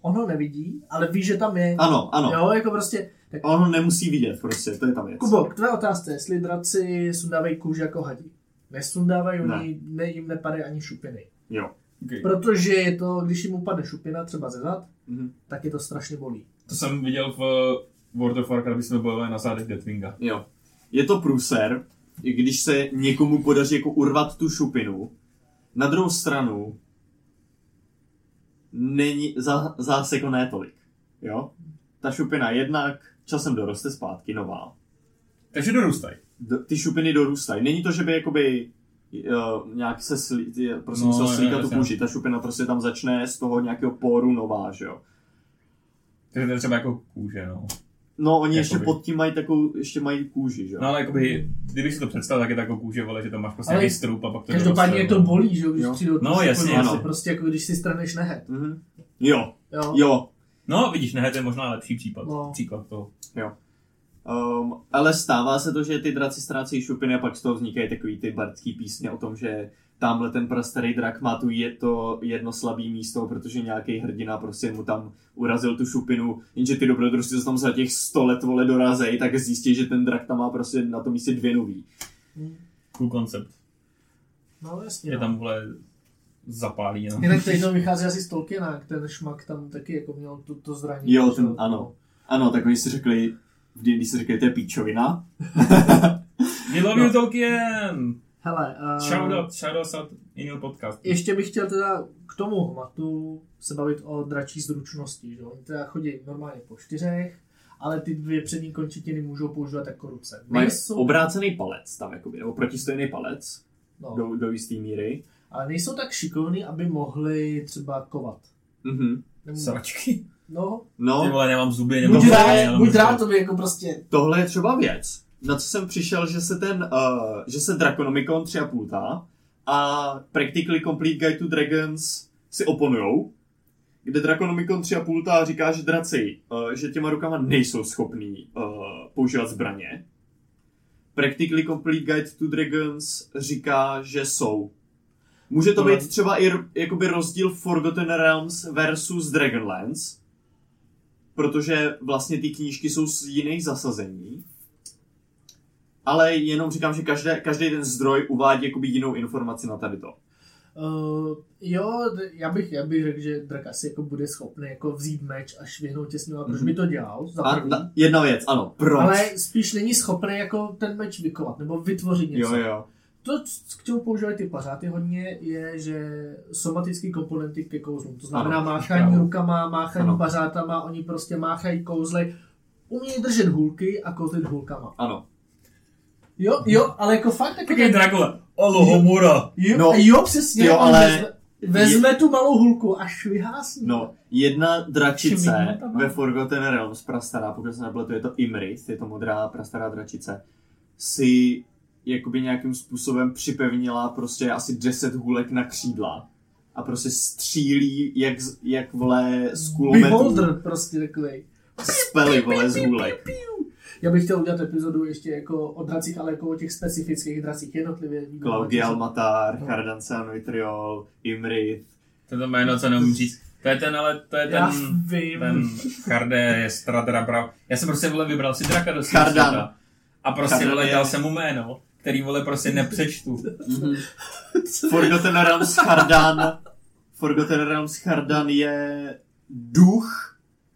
[SPEAKER 3] on ho nevidí, ale ví, že tam je.
[SPEAKER 4] Ano, ano.
[SPEAKER 3] Jo, jako prostě, tak
[SPEAKER 4] On ho nemusí vidět prostě, to je ta věc.
[SPEAKER 3] Kubo, k tvé otázce, jestli draci sundávají kůži jako hadi. Nesundávají,
[SPEAKER 4] Ne.
[SPEAKER 3] oni ne, jim nepadají ani šupiny.
[SPEAKER 4] Jo.
[SPEAKER 2] Okay.
[SPEAKER 3] Protože je to, když jim upadne šupina třeba ze zad,
[SPEAKER 4] Mhm.
[SPEAKER 3] tak je to strašně bolí.
[SPEAKER 2] To jsem viděl v eh, World of Warcraft, když jsme bojovali na zádech Deathwinga.
[SPEAKER 4] Jo. Je to průser, i když se někomu podaří jako urvat tu šupinu. Na druhou stranu, není, za, zase jako ne tolik. Jo? Ta šupina jednak časem doroste zpátky, nová.
[SPEAKER 2] Takže dorůstaj.
[SPEAKER 4] D- ty šupiny dorůstají. Není to, že by jakoby uh, nějak se slí, ty, prostě
[SPEAKER 2] No,
[SPEAKER 4] no, musel
[SPEAKER 2] jo,
[SPEAKER 4] slíkat tu
[SPEAKER 2] jasně.
[SPEAKER 4] kůži. Ta šupina prostě tam začne z toho nějakého poru nová, že jo?
[SPEAKER 2] Takže to je třeba jako kůže, no.
[SPEAKER 4] No, oni
[SPEAKER 2] Jakoby.
[SPEAKER 4] ještě pod tím mají takovou, ještě mají kůži, že jo?
[SPEAKER 2] No ale jakoby, kdybych si to představil, tak je takovou kůže, vole, že tam máš prostě
[SPEAKER 3] Ale
[SPEAKER 2] vystrup a pak to
[SPEAKER 3] Každopádně je
[SPEAKER 2] doroste,
[SPEAKER 3] to
[SPEAKER 2] no.
[SPEAKER 3] bolí, že jo, když
[SPEAKER 4] Jo.
[SPEAKER 3] přijde od
[SPEAKER 2] No,
[SPEAKER 3] toho
[SPEAKER 2] jasně,
[SPEAKER 3] jako,
[SPEAKER 4] ano.
[SPEAKER 3] že Prostě jako když si straneš nehet.
[SPEAKER 4] Mhm. Jo,
[SPEAKER 3] Jo.
[SPEAKER 4] jo.
[SPEAKER 2] No vidíš, ne, to je možná lepší případ,
[SPEAKER 3] No.
[SPEAKER 2] příklad toho.
[SPEAKER 4] Um, ale stává se to, že ty draci ztrácejí šupiny a pak z toho vznikají takový ty bardský písně o tom, že tamhle ten prastarý drak má tu je to jedno slabý místo, protože nějaký hrdina prostě mu tam urazil tu šupinu, jenže ty dobrodružci, co tam za těch 100 let vole dorazej, tak zjistí, že ten drak tam má prostě na tom místě dvě nový.
[SPEAKER 2] Cool koncept.
[SPEAKER 3] Hmm. No jasně.
[SPEAKER 2] Je
[SPEAKER 3] no.
[SPEAKER 2] tam, vole, zapálí jenom.
[SPEAKER 3] Jinak teď to vychází asi z Tolkiena, jak ten šmak tam taky jako měl to, to zranění.
[SPEAKER 4] Jo,
[SPEAKER 3] že
[SPEAKER 4] ten, ano. Ano, tak oni si řekli, v D&D si řekli, to je píčovina.
[SPEAKER 2] We love
[SPEAKER 3] No.
[SPEAKER 2] you, Tolkien!
[SPEAKER 3] Hele,
[SPEAKER 2] Shout
[SPEAKER 3] uh,
[SPEAKER 2] out, shout out od jiného podcastu.
[SPEAKER 3] ještě bych chtěl teda k tomu hmatu se bavit o dračí zručnosti, že oni teda chodí normálně po čtyřech, ale ty dvě přední končetiny můžou používat jako ruce.
[SPEAKER 4] Mají
[SPEAKER 3] Nejsou,
[SPEAKER 4] obrácený palec tam, jakoby, nebo protistojný palec
[SPEAKER 3] no,
[SPEAKER 4] do, do jisté míry.
[SPEAKER 3] ale nejsou tak šikovní, aby mohli třeba kovat.
[SPEAKER 4] Mhm.
[SPEAKER 3] Nemůžou.
[SPEAKER 2] Sračky.
[SPEAKER 3] No,
[SPEAKER 4] No,
[SPEAKER 2] Ty vole, nemám zuby, nemám
[SPEAKER 3] buď
[SPEAKER 2] zuby,
[SPEAKER 3] rád,
[SPEAKER 2] nemám
[SPEAKER 3] buď
[SPEAKER 2] zuby.
[SPEAKER 3] rád to by jako prostě,
[SPEAKER 4] tohle je třeba věc, na co jsem přišel, že se ten, uh, že se Draconomicon 3,5 ta a Practically Complete Guide to Dragons si oponujou, kde Draconomicon 3,5 ta říká, že draci, uh, že těma rukama nejsou schopní uh, používat zbraně. Practically Complete Guide to Dragons říká, že jsou. Může to
[SPEAKER 3] Tohle-
[SPEAKER 4] být třeba i r- jakoby rozdíl Forgotten Realms versus Dragonlance, protože vlastně ty knížky jsou z jiných zasazení. Ale jenom říkám, že každé, každý ten zdroj uvádí jakoby jinou informaci na tady to.
[SPEAKER 3] uh, jo, d- já bych, já bych řekl, že drak asi jako bude schopný jako vzít meč a švihnout tě s ním, no a proč
[SPEAKER 4] Mhm.
[SPEAKER 3] by to dělal? Za
[SPEAKER 4] A
[SPEAKER 3] první.
[SPEAKER 4] na, jedna věc, ano, proč?
[SPEAKER 3] Ale spíš není schopný jako ten meč vykovat nebo vytvořit
[SPEAKER 4] Jo,
[SPEAKER 3] něco.
[SPEAKER 4] jo.
[SPEAKER 3] To, c- k čemu používají ty pařáty hodně, je, že somatické komponenty ke kouzlům. To znamená
[SPEAKER 4] Ano,
[SPEAKER 3] máchání
[SPEAKER 4] právě.
[SPEAKER 3] rukama, máchání
[SPEAKER 4] Ano.
[SPEAKER 3] pařátama, oni prostě máchají kouzly, umějí držet hůlky a kouzlit hůlkama.
[SPEAKER 4] Ano.
[SPEAKER 3] Jo, jo, ale jako fakt jako...
[SPEAKER 2] Takový Dracula. Olohomura.
[SPEAKER 3] Jo,
[SPEAKER 4] No,
[SPEAKER 3] jo, přesně,
[SPEAKER 4] jo,
[SPEAKER 3] on
[SPEAKER 4] ale-
[SPEAKER 3] vezme, vezme tu malou hůlku a švihá s ní.
[SPEAKER 4] No, jedna dračice
[SPEAKER 3] Šimínata má.
[SPEAKER 4] ve Forgotten Realms prastará, pokud se nebylo, to je to Imrith, je to modrá prastará dračice, si jakoby nějakým způsobem připevnila prostě asi 10 hůlek na křídla a prostě střílí jak, z- jak vole z kulometů
[SPEAKER 3] Beholder prostě takový.
[SPEAKER 4] spely vole z hůlek.
[SPEAKER 3] Já bych chtěl udělat epizodu ještě jako o dracích, ale jako o těch specifických dracích jednotlivě. <laughs>
[SPEAKER 4] Claudial Matar,
[SPEAKER 3] No.
[SPEAKER 4] Cardancean Vitriol, Imrith.
[SPEAKER 2] To je to jméno, co neumím říct. To je ten, ale to je
[SPEAKER 3] Já
[SPEAKER 2] ten...
[SPEAKER 3] vím.
[SPEAKER 2] Ten Chardé je stradra brav. Já jsem prostě vole vybral si draka do svého
[SPEAKER 4] Chardan.
[SPEAKER 2] světa. A prostě
[SPEAKER 4] Chardan
[SPEAKER 2] vole
[SPEAKER 4] je-
[SPEAKER 2] dal jsem mu jméno, který vole prostě nepřečtu.
[SPEAKER 3] Mhm.
[SPEAKER 4] Forgotten Realms Chardan. Forgotten Realms Chardan je duch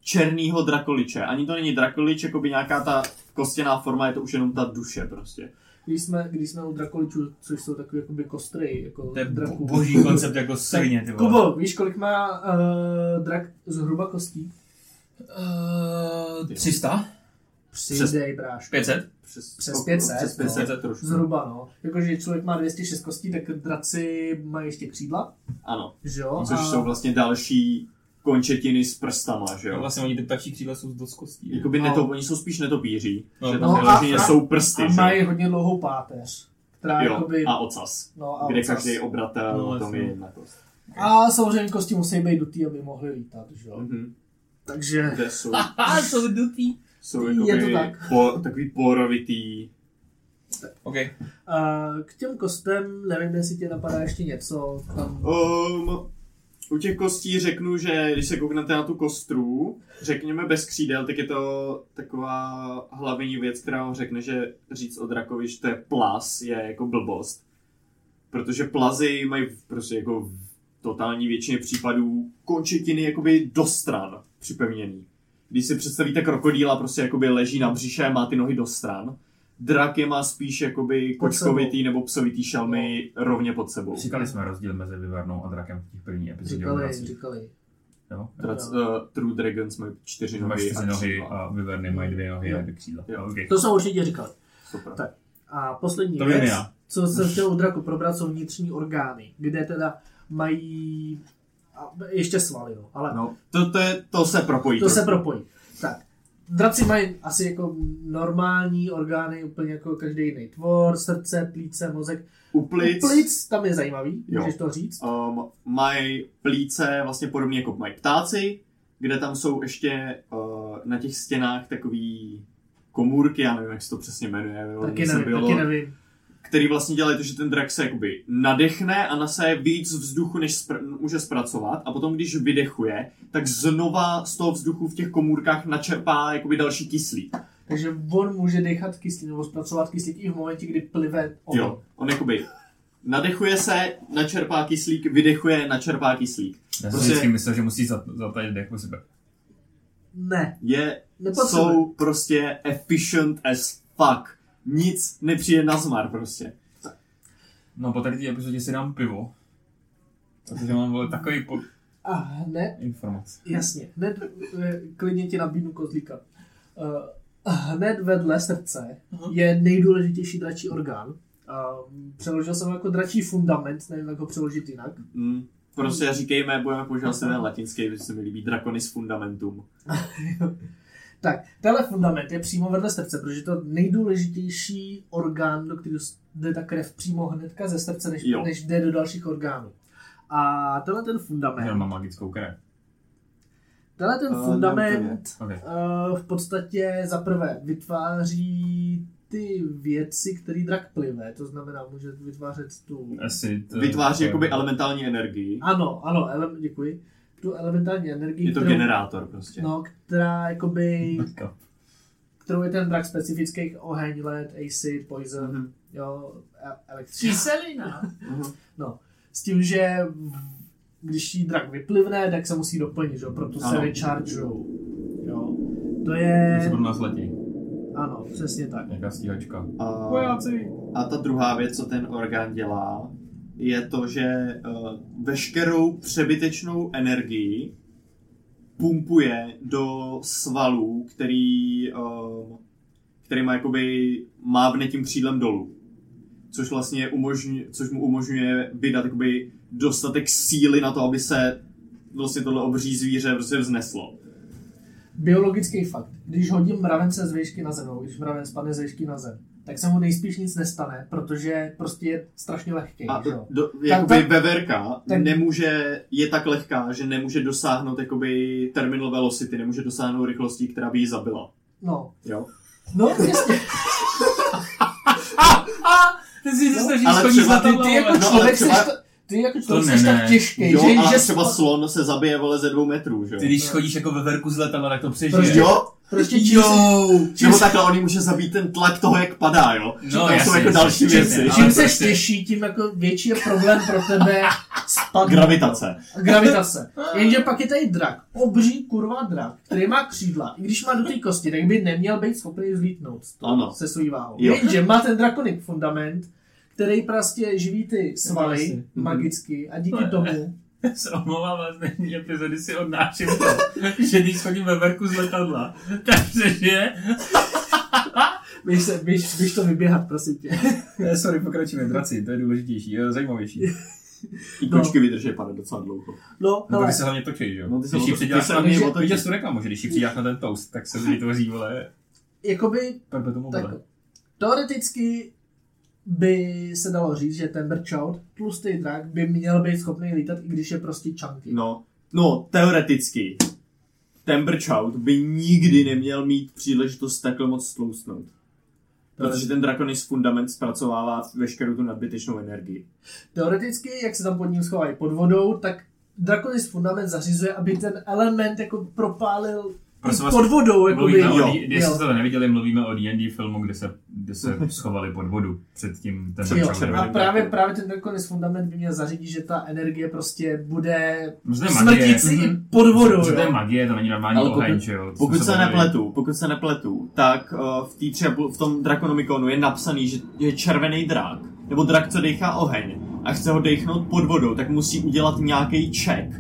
[SPEAKER 4] černýho drakoliče. Ani to není drakolič, jako by nějaká ta kostěná forma, je to už jenom ta duše prostě.
[SPEAKER 3] Když jsme, když jsme u drakoličů, což jsou takový jakoby kostry, jako
[SPEAKER 2] To je bo-
[SPEAKER 3] draků.
[SPEAKER 2] boží
[SPEAKER 3] <laughs>
[SPEAKER 2] koncept jako svině, ty vole.
[SPEAKER 3] Kubo, víš, kolik má uh, drak zhruba kostí?
[SPEAKER 2] Eh, 300?
[SPEAKER 3] Přidej, bráš.
[SPEAKER 2] 500?
[SPEAKER 4] Přes,
[SPEAKER 3] Přes 500,
[SPEAKER 4] Přes 500
[SPEAKER 2] no.
[SPEAKER 4] trošku.
[SPEAKER 3] Zhruba, no. Jakože člověk má 206 kostí, tak draci mají ještě křídla,
[SPEAKER 4] Ano,
[SPEAKER 3] že jo?
[SPEAKER 4] což jsou vlastně další končetiny s prstama, že
[SPEAKER 2] No
[SPEAKER 4] jo.
[SPEAKER 2] vlastně oni ty ptačí křídla jsou dost kostí.
[SPEAKER 4] Jakoby
[SPEAKER 3] No.
[SPEAKER 4] netop, oni jsou spíš netopíří,
[SPEAKER 2] No,
[SPEAKER 4] že
[SPEAKER 2] no
[SPEAKER 4] tam
[SPEAKER 2] a-
[SPEAKER 4] vyloženě
[SPEAKER 3] a-
[SPEAKER 4] jsou prsty,
[SPEAKER 3] a
[SPEAKER 4] že
[SPEAKER 3] mají
[SPEAKER 4] jo.
[SPEAKER 3] hodně dlouhou páteř, která
[SPEAKER 4] jo.
[SPEAKER 3] jakoby...
[SPEAKER 4] A ocas,
[SPEAKER 3] no, a
[SPEAKER 4] kde
[SPEAKER 3] ocas.
[SPEAKER 4] každý obratel,
[SPEAKER 2] No,
[SPEAKER 4] no, tam
[SPEAKER 2] jasně.
[SPEAKER 4] je jedna kost.
[SPEAKER 3] A samozřejmě kosti musí být dutý, aby mohly lítat, že jo?
[SPEAKER 4] Mhm.
[SPEAKER 3] Takže... <laughs>
[SPEAKER 4] Kde jsou
[SPEAKER 5] A jsou dutý.
[SPEAKER 4] jsou
[SPEAKER 3] Je
[SPEAKER 4] jakoby
[SPEAKER 3] to tak.
[SPEAKER 4] Po, takový porovitý.
[SPEAKER 2] OK.
[SPEAKER 3] A k těm kostem, nevím, jestli tě napadá ještě něco tam.
[SPEAKER 4] Um, u těch kostí řeknu, že když se kouknete na tu kostru, řekněme bez křídel, tak je to taková hlavní věc, která vám řekne, že říct o drakovi, že to je plas, je jako blbost. Protože plazy mají prostě jako v totální většině případů končetiny jakoby do stran připevněný. Když si představíte krokodýla, prostě jakoby leží na břiše, má ty nohy do stran. Drak je má spíš jakoby
[SPEAKER 3] Pod sebou. No.
[SPEAKER 4] kočkovitý nebo psovitý šelmy rovně pod sebou.
[SPEAKER 2] Říkali jsme rozdíl mezi vyvarnou a drakem v těch první epizodě.
[SPEAKER 3] Říkali,
[SPEAKER 2] Vracím.
[SPEAKER 3] říkali.
[SPEAKER 2] Jo?
[SPEAKER 4] Trac, uh, True Dragons mají čtyři
[SPEAKER 2] Máš
[SPEAKER 4] nohy.
[SPEAKER 2] čtyři nohy
[SPEAKER 4] křídla.
[SPEAKER 2] a vyverny mají dvě nohy
[SPEAKER 3] Jo.
[SPEAKER 2] a dvě křídla.
[SPEAKER 4] Jo.
[SPEAKER 2] Okay.
[SPEAKER 3] To jsem určitě říkal.
[SPEAKER 4] Super.
[SPEAKER 3] Tak. A poslední
[SPEAKER 2] To vím
[SPEAKER 3] věc,
[SPEAKER 2] já.
[SPEAKER 3] co jsem chtěl u draku probrat, jsou vnitřní orgány, kde teda mají a ještě svaly, no, ale
[SPEAKER 4] No, to, to, je, to se propojí.
[SPEAKER 3] to se
[SPEAKER 4] trošku.
[SPEAKER 3] propojí. Tak, draci mají asi jako normální orgány, úplně jako každý jiný tvor, srdce, plíce, mozek.
[SPEAKER 4] U plic,
[SPEAKER 3] U plic tam je zajímavý,
[SPEAKER 4] Jo.
[SPEAKER 3] můžeš to říct.
[SPEAKER 4] um, mají plíce vlastně podobně jako mají ptáci, kde tam jsou ještě uh, na těch stěnách takový komůrky, já nevím, jak se to přesně jmenuje, jo,
[SPEAKER 3] Taky
[SPEAKER 4] nejsem
[SPEAKER 3] nevím,
[SPEAKER 4] biolog,
[SPEAKER 3] taky nevím.
[SPEAKER 4] který vlastně dělají to, že ten drak se jakoby nadechne a nasaje víc vzduchu, než spr- může zpracovat a potom, když vydechuje, tak znova z toho vzduchu v těch komůrkách načerpá jakoby další kyslík.
[SPEAKER 3] Takže on může dechat kyslík nebo zpracovat kyslík i v momentě, kdy plive on.
[SPEAKER 4] Jo, on jakoby nadechuje se, načerpá kyslík, vydechuje, načerpá kyslík.
[SPEAKER 2] Já jsem
[SPEAKER 4] Prostě-
[SPEAKER 2] vždycky myslel, že musí za- zatajit dech po sebe.
[SPEAKER 3] Ne,
[SPEAKER 4] Je
[SPEAKER 3] nepotřebuje.
[SPEAKER 4] jsou prostě efficient as fuck. Nic nepřijde na zmar prostě.
[SPEAKER 2] No po tady té epizodě si dám pivo. Protože mám vole, takový po...
[SPEAKER 3] A hned,
[SPEAKER 2] informace.
[SPEAKER 3] jasně, hned eh, klidně ti nabídnu kozlíka. Eh, Hned vedle srdce
[SPEAKER 5] Aha.
[SPEAKER 3] je nejdůležitější dračí orgán. Ehm, Přeložil jsem ho jako dračí fundament, nevím, jak ho přeložit jinak.
[SPEAKER 4] Mm.
[SPEAKER 3] Hmm.
[SPEAKER 4] Prostě říkejme, budeme používat se ten latinský, protože se mi líbí Draconis Fundamentum.
[SPEAKER 3] Tak, tenhle fundament je přímo vedle srdce, protože to je nejdůležitější orgán, do kterého jde ta krev přímo hnedka ze srdce, než,
[SPEAKER 4] Jo.
[SPEAKER 3] než jde do dalších orgánů. A tenhle ten
[SPEAKER 2] Já
[SPEAKER 3] fundament,
[SPEAKER 2] mám magickou krev.
[SPEAKER 3] tenhle ten
[SPEAKER 4] Eh,
[SPEAKER 3] fundament
[SPEAKER 2] Okay.
[SPEAKER 3] eh, v podstatě za prvé vytváří ty věci, které drak plive, to znamená, může vytvářet tu...
[SPEAKER 2] Acid, eh,
[SPEAKER 4] Vytváří
[SPEAKER 2] eh,
[SPEAKER 4] jakoby elementální energii.
[SPEAKER 3] Ano, ano, ele, děkuji. Tu elementární energii,
[SPEAKER 4] Je to generátor prostě.
[SPEAKER 3] no, která jakoby,
[SPEAKER 2] Ka-
[SPEAKER 3] kterou je ten drak specifických oheň, led, acid, poison,
[SPEAKER 4] Mhm.
[SPEAKER 3] jo, e- elektřina. Mhm.
[SPEAKER 5] Kyselina.
[SPEAKER 3] No, S tím, že když jí drak vyplivne, tak se musí doplnit, jo, proto se
[SPEAKER 4] Ano.
[SPEAKER 3] rechargeujou. Jo. To
[SPEAKER 2] Se
[SPEAKER 3] je...
[SPEAKER 2] pro nás letí.
[SPEAKER 3] Ano, přesně tak.
[SPEAKER 2] Nějaká stíhačka.
[SPEAKER 4] A,
[SPEAKER 2] Vojáci.
[SPEAKER 4] a ta druhá věc, co ten orgán dělá, je to, že uh, veškerou přebytečnou energii pumpuje do svalů, který, um, který má jakoby mávne tím křídlem dolů. Což vlastně umožň, což mu umožňuje vydat jakoby dostatek síly na to, aby se vlastně tohle obří zvíře prostě vzneslo.
[SPEAKER 3] Biologický fakt. Když hodím mravence z výšky na zem, nebo když mraven spadne z výšky na zem, tak se mu nejspíš nic nestane, protože prostě je strašně lehký.
[SPEAKER 4] A
[SPEAKER 3] že jo?
[SPEAKER 4] do, jakoby
[SPEAKER 3] tak-
[SPEAKER 4] veverka
[SPEAKER 3] tak-
[SPEAKER 4] nemůže, je tak lehká, že nemůže dosáhnout jakoby terminal velocity, nemůže dosáhnout rychlostí, která by ji zabila.
[SPEAKER 3] No,
[SPEAKER 4] Jo?
[SPEAKER 3] no, jasně.
[SPEAKER 5] Ty si
[SPEAKER 3] No,
[SPEAKER 5] snažíš
[SPEAKER 4] ale
[SPEAKER 5] schodit
[SPEAKER 4] třeba-
[SPEAKER 5] za tablo,
[SPEAKER 4] ty
[SPEAKER 5] ale-
[SPEAKER 4] jako- No, ale
[SPEAKER 3] člověk
[SPEAKER 4] třeba-
[SPEAKER 3] seš ta- ty jako člověk
[SPEAKER 2] To
[SPEAKER 3] seš
[SPEAKER 2] ne,
[SPEAKER 3] tak
[SPEAKER 2] ne.
[SPEAKER 3] těžký,
[SPEAKER 4] jo,
[SPEAKER 3] že,
[SPEAKER 4] ale
[SPEAKER 3] že
[SPEAKER 4] třeba slon se zabije vole ze dvou metrů, že
[SPEAKER 2] Ty
[SPEAKER 4] jo?
[SPEAKER 2] když schodíš jako ve verku z letadla, tak to
[SPEAKER 3] Proč
[SPEAKER 2] přežiješ.
[SPEAKER 3] jo?
[SPEAKER 4] prostě
[SPEAKER 3] prostě čím se- čím
[SPEAKER 4] Nebo
[SPEAKER 3] se-
[SPEAKER 4] takhle, on jí může zabít ten tlak toho, jak padá, jo?
[SPEAKER 2] No,
[SPEAKER 4] Že tam jsou
[SPEAKER 2] jasně,
[SPEAKER 4] jako
[SPEAKER 2] jasně,
[SPEAKER 4] další
[SPEAKER 2] jasně,
[SPEAKER 4] věci.
[SPEAKER 2] ale-
[SPEAKER 3] Čím se
[SPEAKER 2] prostě-
[SPEAKER 3] těžší, tím jako větší je problém pro tebe spadnout.
[SPEAKER 4] Gravitace.
[SPEAKER 3] Gravitace. Jenže pak je tady drak. Obří kurva drak, který má křídla. I když má dutý kosti, tak by neměl být schopný vzlítnout s tou-
[SPEAKER 4] Ano.
[SPEAKER 3] se svojí váhou.
[SPEAKER 4] Jo.
[SPEAKER 3] Jenže má ten drakonik fundament, který prostě živí ty svaly
[SPEAKER 5] Jasně.
[SPEAKER 3] magicky a díky
[SPEAKER 2] To je-
[SPEAKER 3] tomu
[SPEAKER 2] Já se omlouvám, ale z dnešní epizody si odnáším to, že když schodím ve verku z letadla, tak přežije.
[SPEAKER 3] běž, se, běž, běž to vyběhat, prosím tě.
[SPEAKER 2] Ne,
[SPEAKER 3] <laughs>
[SPEAKER 2] sorry, pokračujeme, draci, to je důležitější, jo, <laughs> zajímavější.
[SPEAKER 4] I kočky vydrží padat docela dlouho.
[SPEAKER 3] No,
[SPEAKER 2] No, ty
[SPEAKER 3] hele,
[SPEAKER 2] se hlavně točí, že jo?
[SPEAKER 4] No, ty se
[SPEAKER 2] když ji
[SPEAKER 4] otočí,
[SPEAKER 2] přiděláš
[SPEAKER 4] ty se
[SPEAKER 2] na
[SPEAKER 4] na něj
[SPEAKER 2] mě,
[SPEAKER 4] otočí.
[SPEAKER 2] viděl jsi tu reklamu, že když ji přiděláš na ten toast, tak se vytvoří, vole,
[SPEAKER 3] jakoby
[SPEAKER 2] perpetuum
[SPEAKER 3] tak,
[SPEAKER 2] mobile.
[SPEAKER 3] teoreticky by se dalo říct, že ten brčout, tlustý drak, by měl být schopný lítat, i když je prostě chunky.
[SPEAKER 4] No, no teoreticky. Temperchout by nikdy neměl mít příležitost takhle moc stlousnout. Protože ten drakonis fundament zpracovává veškerou tu nadbytečnou energii.
[SPEAKER 3] Teoreticky, jak se tam pod ním schovají pod vodou, tak Draconis Fundament zařizuje, aby ten element jako propálil
[SPEAKER 2] Prosím vás,
[SPEAKER 3] pod vodou. Jako by,
[SPEAKER 2] Mluvíme o,
[SPEAKER 4] jo,
[SPEAKER 2] D- jestli jste to neviděli, mluvíme o D&D filmu, kde se, kde
[SPEAKER 3] <laughs>
[SPEAKER 2] se schovali pod vodu před tím ten
[SPEAKER 4] Před
[SPEAKER 3] jo.
[SPEAKER 2] Brčout.
[SPEAKER 4] červeným.
[SPEAKER 3] A právě, právě ten Draconis Fundament by měl zařídit, že ta energie prostě bude
[SPEAKER 2] Protože to je magie.
[SPEAKER 3] smrtící i
[SPEAKER 2] Mhm.
[SPEAKER 3] pod vodou.
[SPEAKER 2] Protože to je
[SPEAKER 3] Jo.
[SPEAKER 2] magie, to není normální
[SPEAKER 4] Ale
[SPEAKER 2] oheň,
[SPEAKER 4] pokud-
[SPEAKER 2] že jo.
[SPEAKER 4] Pokud
[SPEAKER 2] Jsme
[SPEAKER 4] se
[SPEAKER 2] bavili-
[SPEAKER 4] nepletu, pokud se nepletu, tak uh, v, tý třeba, v tom drakonomikonu je napsaný, že je červený drak, nebo drak, co dechá oheň, a chce ho dechnout pod vodou, tak musí udělat nějaký check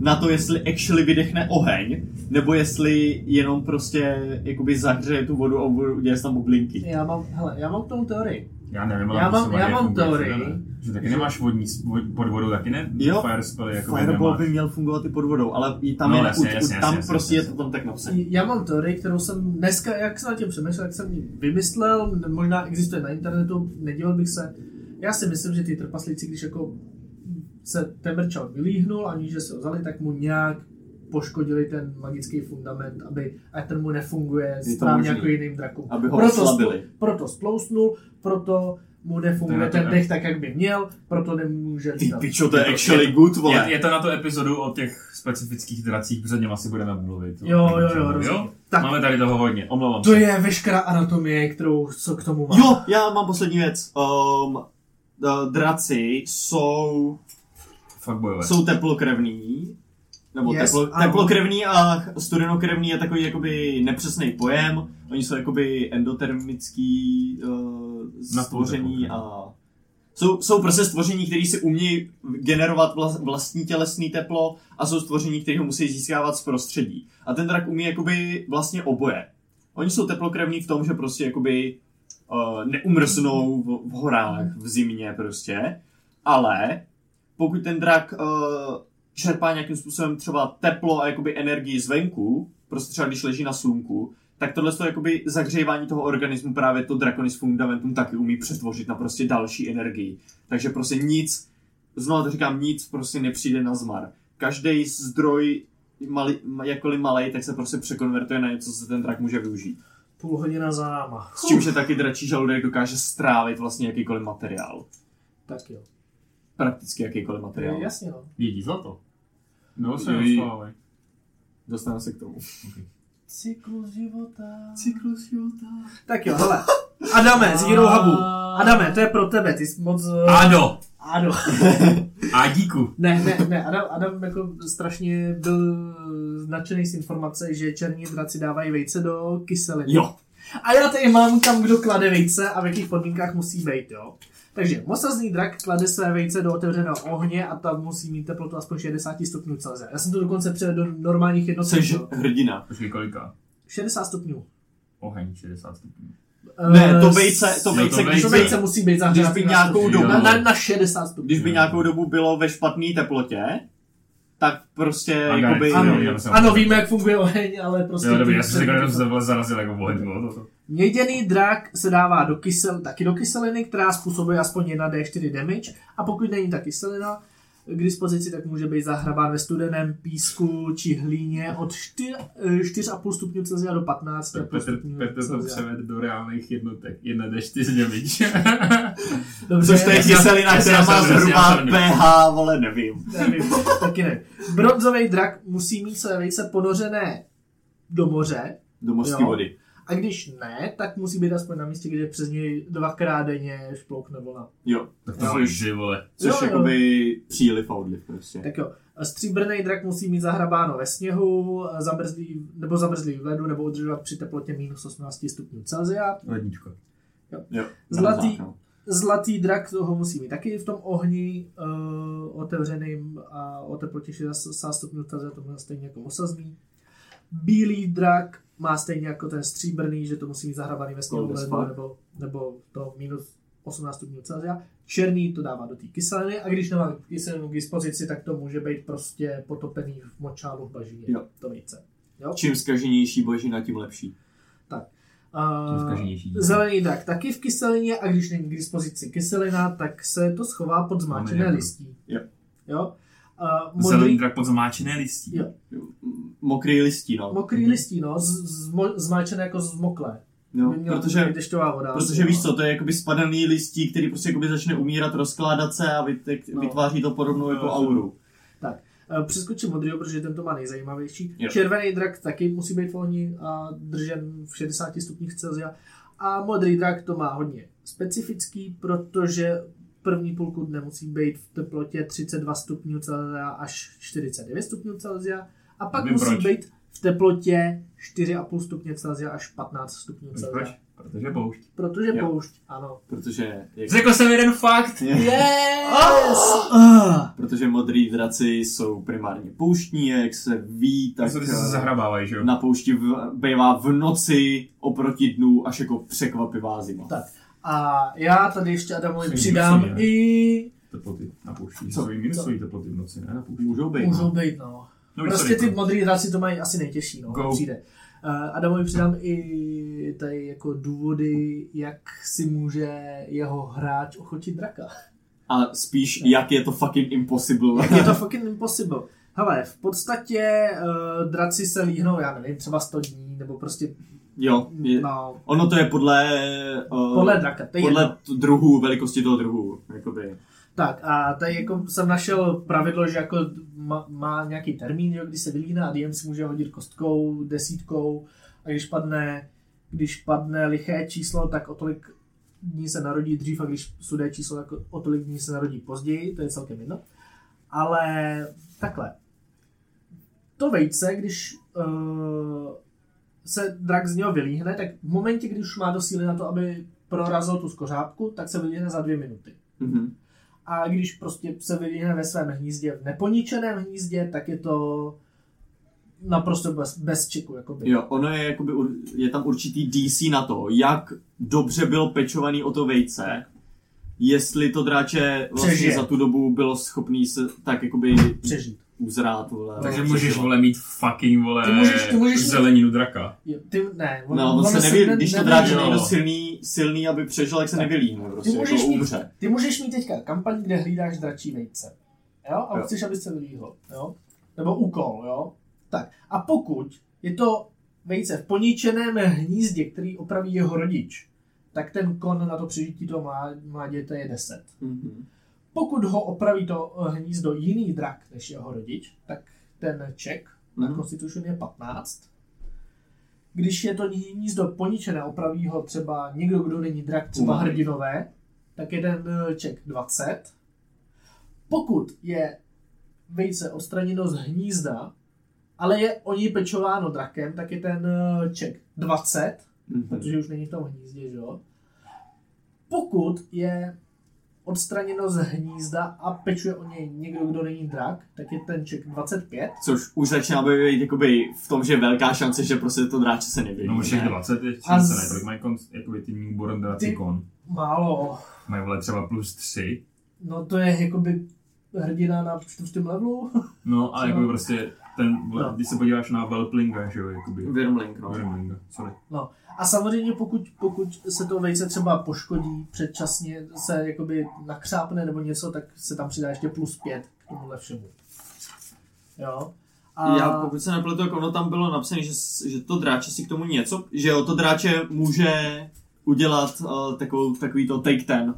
[SPEAKER 4] na to, jestli actually vydechne oheň, nebo jestli jenom prostě jakoby zahřeje tu vodu a bude- udělá se tam bublinky.
[SPEAKER 3] Já mám, hele, já mám k tomu teorii.
[SPEAKER 2] Já nevím, ale
[SPEAKER 3] Já mám-
[SPEAKER 2] myslím,
[SPEAKER 3] já
[SPEAKER 2] jak
[SPEAKER 3] mám
[SPEAKER 2] funguje
[SPEAKER 3] teorii,
[SPEAKER 2] cedule. Že taky
[SPEAKER 3] že-
[SPEAKER 2] nemáš vodní, s- vod- pod vodou taky ne?
[SPEAKER 4] Jo,
[SPEAKER 2] Fire spell jako
[SPEAKER 4] Fireball
[SPEAKER 2] nemáš.
[SPEAKER 4] by měl fungovat i pod vodou, ale i tam,
[SPEAKER 2] No,
[SPEAKER 4] je,
[SPEAKER 2] jasně,
[SPEAKER 4] u- u-
[SPEAKER 2] jasně,
[SPEAKER 4] tam
[SPEAKER 2] jasně,
[SPEAKER 4] prostě
[SPEAKER 2] jasně.
[SPEAKER 4] je to tam tak napsané.
[SPEAKER 3] Já mám teorii, kterou jsem dneska, jak jsem nad tím přemýšlel, jak jsem ji vymyslel, možná existuje na internetu, nedělal bych se. Já si myslím, že ty trpaslíci, když jako se Temrčal vylíhnul, aniž že se ho vzali, tak mu nějak poškodili ten magický fundament, aby Ether mu nefunguje
[SPEAKER 4] to
[SPEAKER 3] správně
[SPEAKER 4] možný.
[SPEAKER 3] jako jiným drakům.
[SPEAKER 4] Aby ho
[SPEAKER 3] proto,
[SPEAKER 4] oslabili.
[SPEAKER 3] spl- proto splousnul, proto mu nefunguje
[SPEAKER 2] Teda to
[SPEAKER 3] ten
[SPEAKER 2] ne-
[SPEAKER 3] dech tak, jak by měl, proto nemůže lítat.
[SPEAKER 4] pičo, to
[SPEAKER 2] je actually
[SPEAKER 4] good,
[SPEAKER 2] Je, je, to na to epizodu o těch specifických dracích, před něm asi budeme mluvit. O
[SPEAKER 3] Jo,
[SPEAKER 2] tom,
[SPEAKER 3] jo,
[SPEAKER 2] čem
[SPEAKER 3] jo,
[SPEAKER 2] mluvil.
[SPEAKER 3] rozumím. Tak
[SPEAKER 2] Máme tady toho hodně, omlouvám
[SPEAKER 3] to
[SPEAKER 2] se.
[SPEAKER 3] je veškerá anatomie, kterou co k tomu mám.
[SPEAKER 4] Jo, já mám poslední věc. Um, eh, draci jsou,
[SPEAKER 2] Fakt bojové.
[SPEAKER 4] jsou teplokrevní. Nebo
[SPEAKER 3] Yes,
[SPEAKER 4] yes, teplo,
[SPEAKER 3] ano.
[SPEAKER 4] teplokrevní a ch- studenokrevní je takový jakoby nepřesný pojem. Oni jsou jakoby endotermický uh,
[SPEAKER 2] Na půl
[SPEAKER 4] stvoření
[SPEAKER 2] teplokrevní.
[SPEAKER 4] a jsou, jsou prostě stvoření, které si umějí generovat vlas, vlastní tělesné teplo a jsou stvoření, které ho musí získávat z prostředí. A ten drak umí jakoby vlastně oboje. Oni jsou teplokrevní v tom, že prostě jakoby uh, neumrznou v, v horách, v zimě prostě, ale pokud ten drak uh, čerpá nějakým způsobem třeba teplo a jakoby energii zvenku, prostě třeba když leží na slunku, tak tohle to jakoby zahřívání toho organismu právě to Draconis Fundamentum taky umí přetvořit na prostě další energii. Takže prostě nic, znovu to říkám, nic prostě nepřijde na zmar. Každý zdroj, mali, jakkoliv malej, tak se prostě překonvertuje na něco, co ten drak může využít.
[SPEAKER 3] Půl hodina za náma.
[SPEAKER 4] S čímž se taky dračí žaludek dokáže strávit vlastně jakýkoliv materiál.
[SPEAKER 3] Tak jo.
[SPEAKER 4] Prakticky jakýkoliv materiál.
[SPEAKER 3] Jasně no.
[SPEAKER 2] Jedí zlato. No, se
[SPEAKER 4] Jí-
[SPEAKER 2] dostávají.
[SPEAKER 4] Dostaneme se k tomu.
[SPEAKER 3] Cyklus života.
[SPEAKER 4] Cyklus života.
[SPEAKER 3] Tak jo, <laughs> hele. Adame, z Hero Hubu. Adame, to je pro tebe, ty jsi moc... eh,
[SPEAKER 2] Ado!
[SPEAKER 3] Ado. <laughs>
[SPEAKER 2] A díku.
[SPEAKER 3] Ne, ne, ne, Adam, Adam jako strašně byl značený z informace, že černí draci dávají vejce do kyseliny.
[SPEAKER 4] Jo.
[SPEAKER 3] A já tady mám tam, kdo klade vejce a v jakých podmínkách musí být, jo. Takže mosazný drak klade své vejce do otevřeného ohně a tam musí mít teplotu aspoň 60 stupňů Celsia. Já jsem to dokonce přijel do normálních jednotek.
[SPEAKER 4] Jsi
[SPEAKER 3] jo.
[SPEAKER 4] hrdina.
[SPEAKER 2] Počkej, kolika?
[SPEAKER 3] 60 stupňů.
[SPEAKER 2] Oheň 60 stupňů.
[SPEAKER 4] Ne, to
[SPEAKER 3] Eh,
[SPEAKER 4] vejce, to
[SPEAKER 2] jo, to
[SPEAKER 4] vejce, když
[SPEAKER 2] vejce.
[SPEAKER 3] To
[SPEAKER 4] by,
[SPEAKER 3] vejce musí být
[SPEAKER 4] když
[SPEAKER 3] zahřátý
[SPEAKER 4] by nějakou
[SPEAKER 2] stupňů,
[SPEAKER 4] dobu,
[SPEAKER 3] na,
[SPEAKER 2] jo.
[SPEAKER 3] na, na 60 stupňů.
[SPEAKER 4] když
[SPEAKER 2] Hmm.
[SPEAKER 4] by nějakou dobu bylo ve špatné teplotě, tak prostě
[SPEAKER 2] Ano,
[SPEAKER 4] jakoby...
[SPEAKER 2] ano,
[SPEAKER 4] Ano,
[SPEAKER 2] jo, jsem-
[SPEAKER 3] Ano, víme, jak funguje oheň, ale prostě...
[SPEAKER 2] Jo, dobrý,
[SPEAKER 3] ty-
[SPEAKER 2] já jsem říkal, že jsem se zarazil jako oheň. no, to- to-
[SPEAKER 3] Měděný drak se dává do kysel, taky do kyseliny, která způsobuje aspoň 1 D4 damage a pokud není ta kyselina k dispozici, tak může být zahrabán ve studeném písku či hlíně od eh, 4, 4,5 stupňů Celsia do 15
[SPEAKER 2] to-
[SPEAKER 3] Petr,
[SPEAKER 2] Petr,
[SPEAKER 3] stupňů
[SPEAKER 2] Petr to
[SPEAKER 3] Celsia.
[SPEAKER 2] převed do reálných jednotek. 1 D4 damage.
[SPEAKER 3] <laughs> Dobře,
[SPEAKER 4] Což to je
[SPEAKER 2] Já- já
[SPEAKER 4] kyselina, která
[SPEAKER 2] jsem- já
[SPEAKER 4] má
[SPEAKER 2] jsem- já
[SPEAKER 4] zhruba
[SPEAKER 2] jsem-
[SPEAKER 4] pH, vole, nevím.
[SPEAKER 3] <laughs> nevím, taky ne. Bronzový drak musí mít své vejce ponořené do moře,
[SPEAKER 4] Do mořské
[SPEAKER 3] Jo.
[SPEAKER 4] vody.
[SPEAKER 3] A když ne, tak musí být aspoň na místě, kde přes něj dvakrát denně šploukne vlna.
[SPEAKER 4] Jo,
[SPEAKER 2] Tak
[SPEAKER 4] Jo.
[SPEAKER 2] to jsi, vole.
[SPEAKER 4] což
[SPEAKER 3] Jo, jo.
[SPEAKER 4] jakoby příliv a odliv prostě.
[SPEAKER 3] Tak jo. Stříbrný drak musí mít zahrabáno ve sněhu, zamrzlý, nebo zamrzlý v ledu, nebo udržovat při teplotě minus 18 stupňů Celsia.
[SPEAKER 2] Ledničko.
[SPEAKER 4] Jo,
[SPEAKER 3] Zlatý-
[SPEAKER 4] zamrzák, no.
[SPEAKER 3] Zlatý drak toho musí mít taky v tom ohni uh, otevřeným a o teplotě 60 stupňů Celsia, to má stejně jako osazný. Bílý drak má stejně jako ten stříbrný, že to musí mít zahrabaný ve sněhu
[SPEAKER 4] Cold as
[SPEAKER 3] ledu,
[SPEAKER 4] fuck.
[SPEAKER 3] nebo, nebo to minus 18 stupňů Celsia. Černý to dává do té kyseliny a když nemá kyselinu k dispozici, tak to může být prostě potopený v močálu v bažině.
[SPEAKER 4] Jo.
[SPEAKER 3] To vejce.
[SPEAKER 4] Čím skaženější božina, tím lepší.
[SPEAKER 2] Tím
[SPEAKER 3] A
[SPEAKER 2] zkaženější.
[SPEAKER 3] zelený drak taky v kyselině a když není k dispozici kyselina, tak se to schová pod zmáčené
[SPEAKER 2] Amen.
[SPEAKER 3] listí.
[SPEAKER 4] Jo. Mhm.
[SPEAKER 3] Jo? A
[SPEAKER 2] Zelený
[SPEAKER 3] modrý,
[SPEAKER 2] drak pod zamáčené listí.
[SPEAKER 3] Jo.
[SPEAKER 4] M- Mokrý listí, no.
[SPEAKER 3] mokrý listí, no, z, zmo- zmáčené jako zmoklé.
[SPEAKER 4] no
[SPEAKER 3] By mělo
[SPEAKER 4] protože
[SPEAKER 3] být dešťová voda.
[SPEAKER 4] Protože
[SPEAKER 3] asi,
[SPEAKER 4] víš
[SPEAKER 3] no.
[SPEAKER 4] co, to je jakoby spadaný listí, který prostě jakoby začne umírat, rozkládat se a vytek-
[SPEAKER 3] No.
[SPEAKER 4] vytváří to podobnou jako auru.
[SPEAKER 3] Eh, Přeskočím modrýho, protože ten to má nejzajímavější.
[SPEAKER 4] Jo.
[SPEAKER 3] Červený drak taky musí být v ohni a držen v 60 stupních Celsia. A modrý drak to má hodně specifický, protože první půlku dne musí být v teplotě 32 stupňů Celsia až 49 stupňů Celsia. A pak
[SPEAKER 2] Nevím
[SPEAKER 3] musí
[SPEAKER 2] proč.
[SPEAKER 3] být v teplotě 4,5 stupně Celsia až 15 stupňů
[SPEAKER 2] Víš
[SPEAKER 3] Celsia.
[SPEAKER 2] proč? Protože poušť.
[SPEAKER 3] Protože
[SPEAKER 4] Jo.
[SPEAKER 3] poušť, ano.
[SPEAKER 4] Protože... Jak...
[SPEAKER 2] Řekl jsem jeden fakt.
[SPEAKER 3] Yes! Ah!
[SPEAKER 4] Protože modrý draci jsou primárně pouštní, a jak se ví, tak
[SPEAKER 2] Tak se ty se zahrabávají, že jo?
[SPEAKER 4] na poušti v, bývá v noci oproti dnu až jako překvapivá zima.
[SPEAKER 3] Tak. A já tady ještě Adamovi
[SPEAKER 2] Jsem
[SPEAKER 3] přidám
[SPEAKER 2] vnitřní, ne?
[SPEAKER 3] i...
[SPEAKER 2] Teploty na poušti.
[SPEAKER 4] Co?
[SPEAKER 2] Co? Minusový teploty v noci, ne na poušti.
[SPEAKER 4] Můžou být.
[SPEAKER 3] Můžou
[SPEAKER 4] no.
[SPEAKER 3] být, no.
[SPEAKER 2] No,
[SPEAKER 3] prostě
[SPEAKER 2] sorry,
[SPEAKER 3] ty
[SPEAKER 2] no.
[SPEAKER 3] modrý hráči to mají asi nejtěžší, no,
[SPEAKER 2] Go.
[SPEAKER 3] přijde. Uh, Adamovi přidám i tady jako důvody, jak si může jeho hráč ochotit draka.
[SPEAKER 4] A spíš, jak je to fucking impossible.
[SPEAKER 3] Je to fucking impossible. Hele, v podstatě uh, draci se líhnou, já nevím, třeba 100 dní, nebo prostě,
[SPEAKER 4] <laughs> jo, je,
[SPEAKER 3] no,
[SPEAKER 4] ono to je podle... Uh,
[SPEAKER 3] podle draka, to je jedno.
[SPEAKER 4] podle t- druhu, velikosti toho druhu. Jakoby.
[SPEAKER 3] Tak a tady jako jsem našel pravidlo, že jako má, má nějaký termín, jo, kdy se vylíná a DM si může hodit kostkou, desítkou a když padne, když padne liché číslo, tak o tolik dní se narodí dřív a když sudé číslo, tak o tolik dní se narodí později, to je celkem jedno. Ale takhle. To vejce, když uh, se drak z něho vylíhne, tak v momentě, kdy už má do síly na to, aby prorazil tu skořápku, tak se vylíhne za dvě minuty.
[SPEAKER 4] Mhm.
[SPEAKER 3] A když prostě se vyvine ve svém hnízdě, v neponičeném hnízdě, tak je to naprosto bez, bez čiku. Jakoby.
[SPEAKER 4] Jo, ono je, jakoby, ur- je tam určitý DC na to, jak dobře byl pečovaný o to vejce, jestli to dráče vlastně
[SPEAKER 3] Přežije.
[SPEAKER 4] za tu dobu bylo schopný se tak jakoby
[SPEAKER 3] Přežít.
[SPEAKER 4] uzrát. Vole,
[SPEAKER 2] Takže
[SPEAKER 4] přežilo. No,
[SPEAKER 2] můžeš, vole, mít fucking, vole,
[SPEAKER 3] Ty můžeš- ty můžeš mít-
[SPEAKER 2] zeleninu draka.
[SPEAKER 3] Jo, Ty, ne, on,
[SPEAKER 4] No, on se neví, když to no.
[SPEAKER 3] neví-
[SPEAKER 4] dráče
[SPEAKER 2] jo.
[SPEAKER 4] není silný, silný, aby přežil, tak se nevylíhne, prostě,
[SPEAKER 3] Ty můžeš
[SPEAKER 4] jako
[SPEAKER 3] mít-
[SPEAKER 4] umře.
[SPEAKER 3] Ty můžeš mít teďka kampaň, kde hlídáš dračí vejce. Jo? A
[SPEAKER 4] Jo.
[SPEAKER 3] chceš, aby se vylíhl. Jo? Nebo úkol, jo? Tak. A pokud je to vejce v poničeném hnízdě, který opraví jeho rodič, tak ten kon na to přežití toho mlá- mláděte je 10.
[SPEAKER 4] Mhm.
[SPEAKER 3] Pokud ho opraví to eh, hnízdo jiný drak než jeho rodič, tak ten ček na
[SPEAKER 4] Mhm.
[SPEAKER 3] Constitution je 15. Když je to hnízdo poničené, opraví ho třeba někdo, kdo není drak, třeba
[SPEAKER 4] Umarý.
[SPEAKER 3] hrdinové, tak je ten eh, ček 20. Pokud je vejce odstraněno z hnízda, ale je o něj pečováno drakem, tak je ten eh, ček 20
[SPEAKER 4] Mhm.
[SPEAKER 3] protože už není v tom hnízdě, že jo? Pokud je odstraněno z hnízda a pečuje o něj někdo, kdo není drak, tak je ten ček 25.
[SPEAKER 4] Což už začíná být jakoby v tom, že je velká šance, že prostě to dráče se nevyvíjí.
[SPEAKER 2] No, všech 20 je
[SPEAKER 3] A
[SPEAKER 2] čímce,
[SPEAKER 3] z-
[SPEAKER 2] ne? Kolik mají kon- jakoby ty newborn draci
[SPEAKER 3] Ty-
[SPEAKER 2] kon?
[SPEAKER 3] Málo.
[SPEAKER 2] Mají, vole, třeba plus 3.
[SPEAKER 3] No to je jakoby hrdina na čtvrtém levelu.
[SPEAKER 2] No, ale
[SPEAKER 3] Třeba-
[SPEAKER 2] jakoby prostě ten, vole,
[SPEAKER 3] No.
[SPEAKER 2] když se podíváš na Velplinga, že jo, jakoby.
[SPEAKER 4] Virmlink, no.
[SPEAKER 2] Vermlinga, sorry.
[SPEAKER 3] A samozřejmě pokud, pokud se to vejce třeba poškodí předčasně, se jakoby nakřápne nebo něco, tak se tam přidá ještě plus 5 k tomuhle všemu. Jo? A...
[SPEAKER 4] Já pokud se nepletu, tak ono tam bylo napsané, že, s- že to dráče si k tomu něco, že jo, to dráče může udělat uh, takovou, takový to take ten.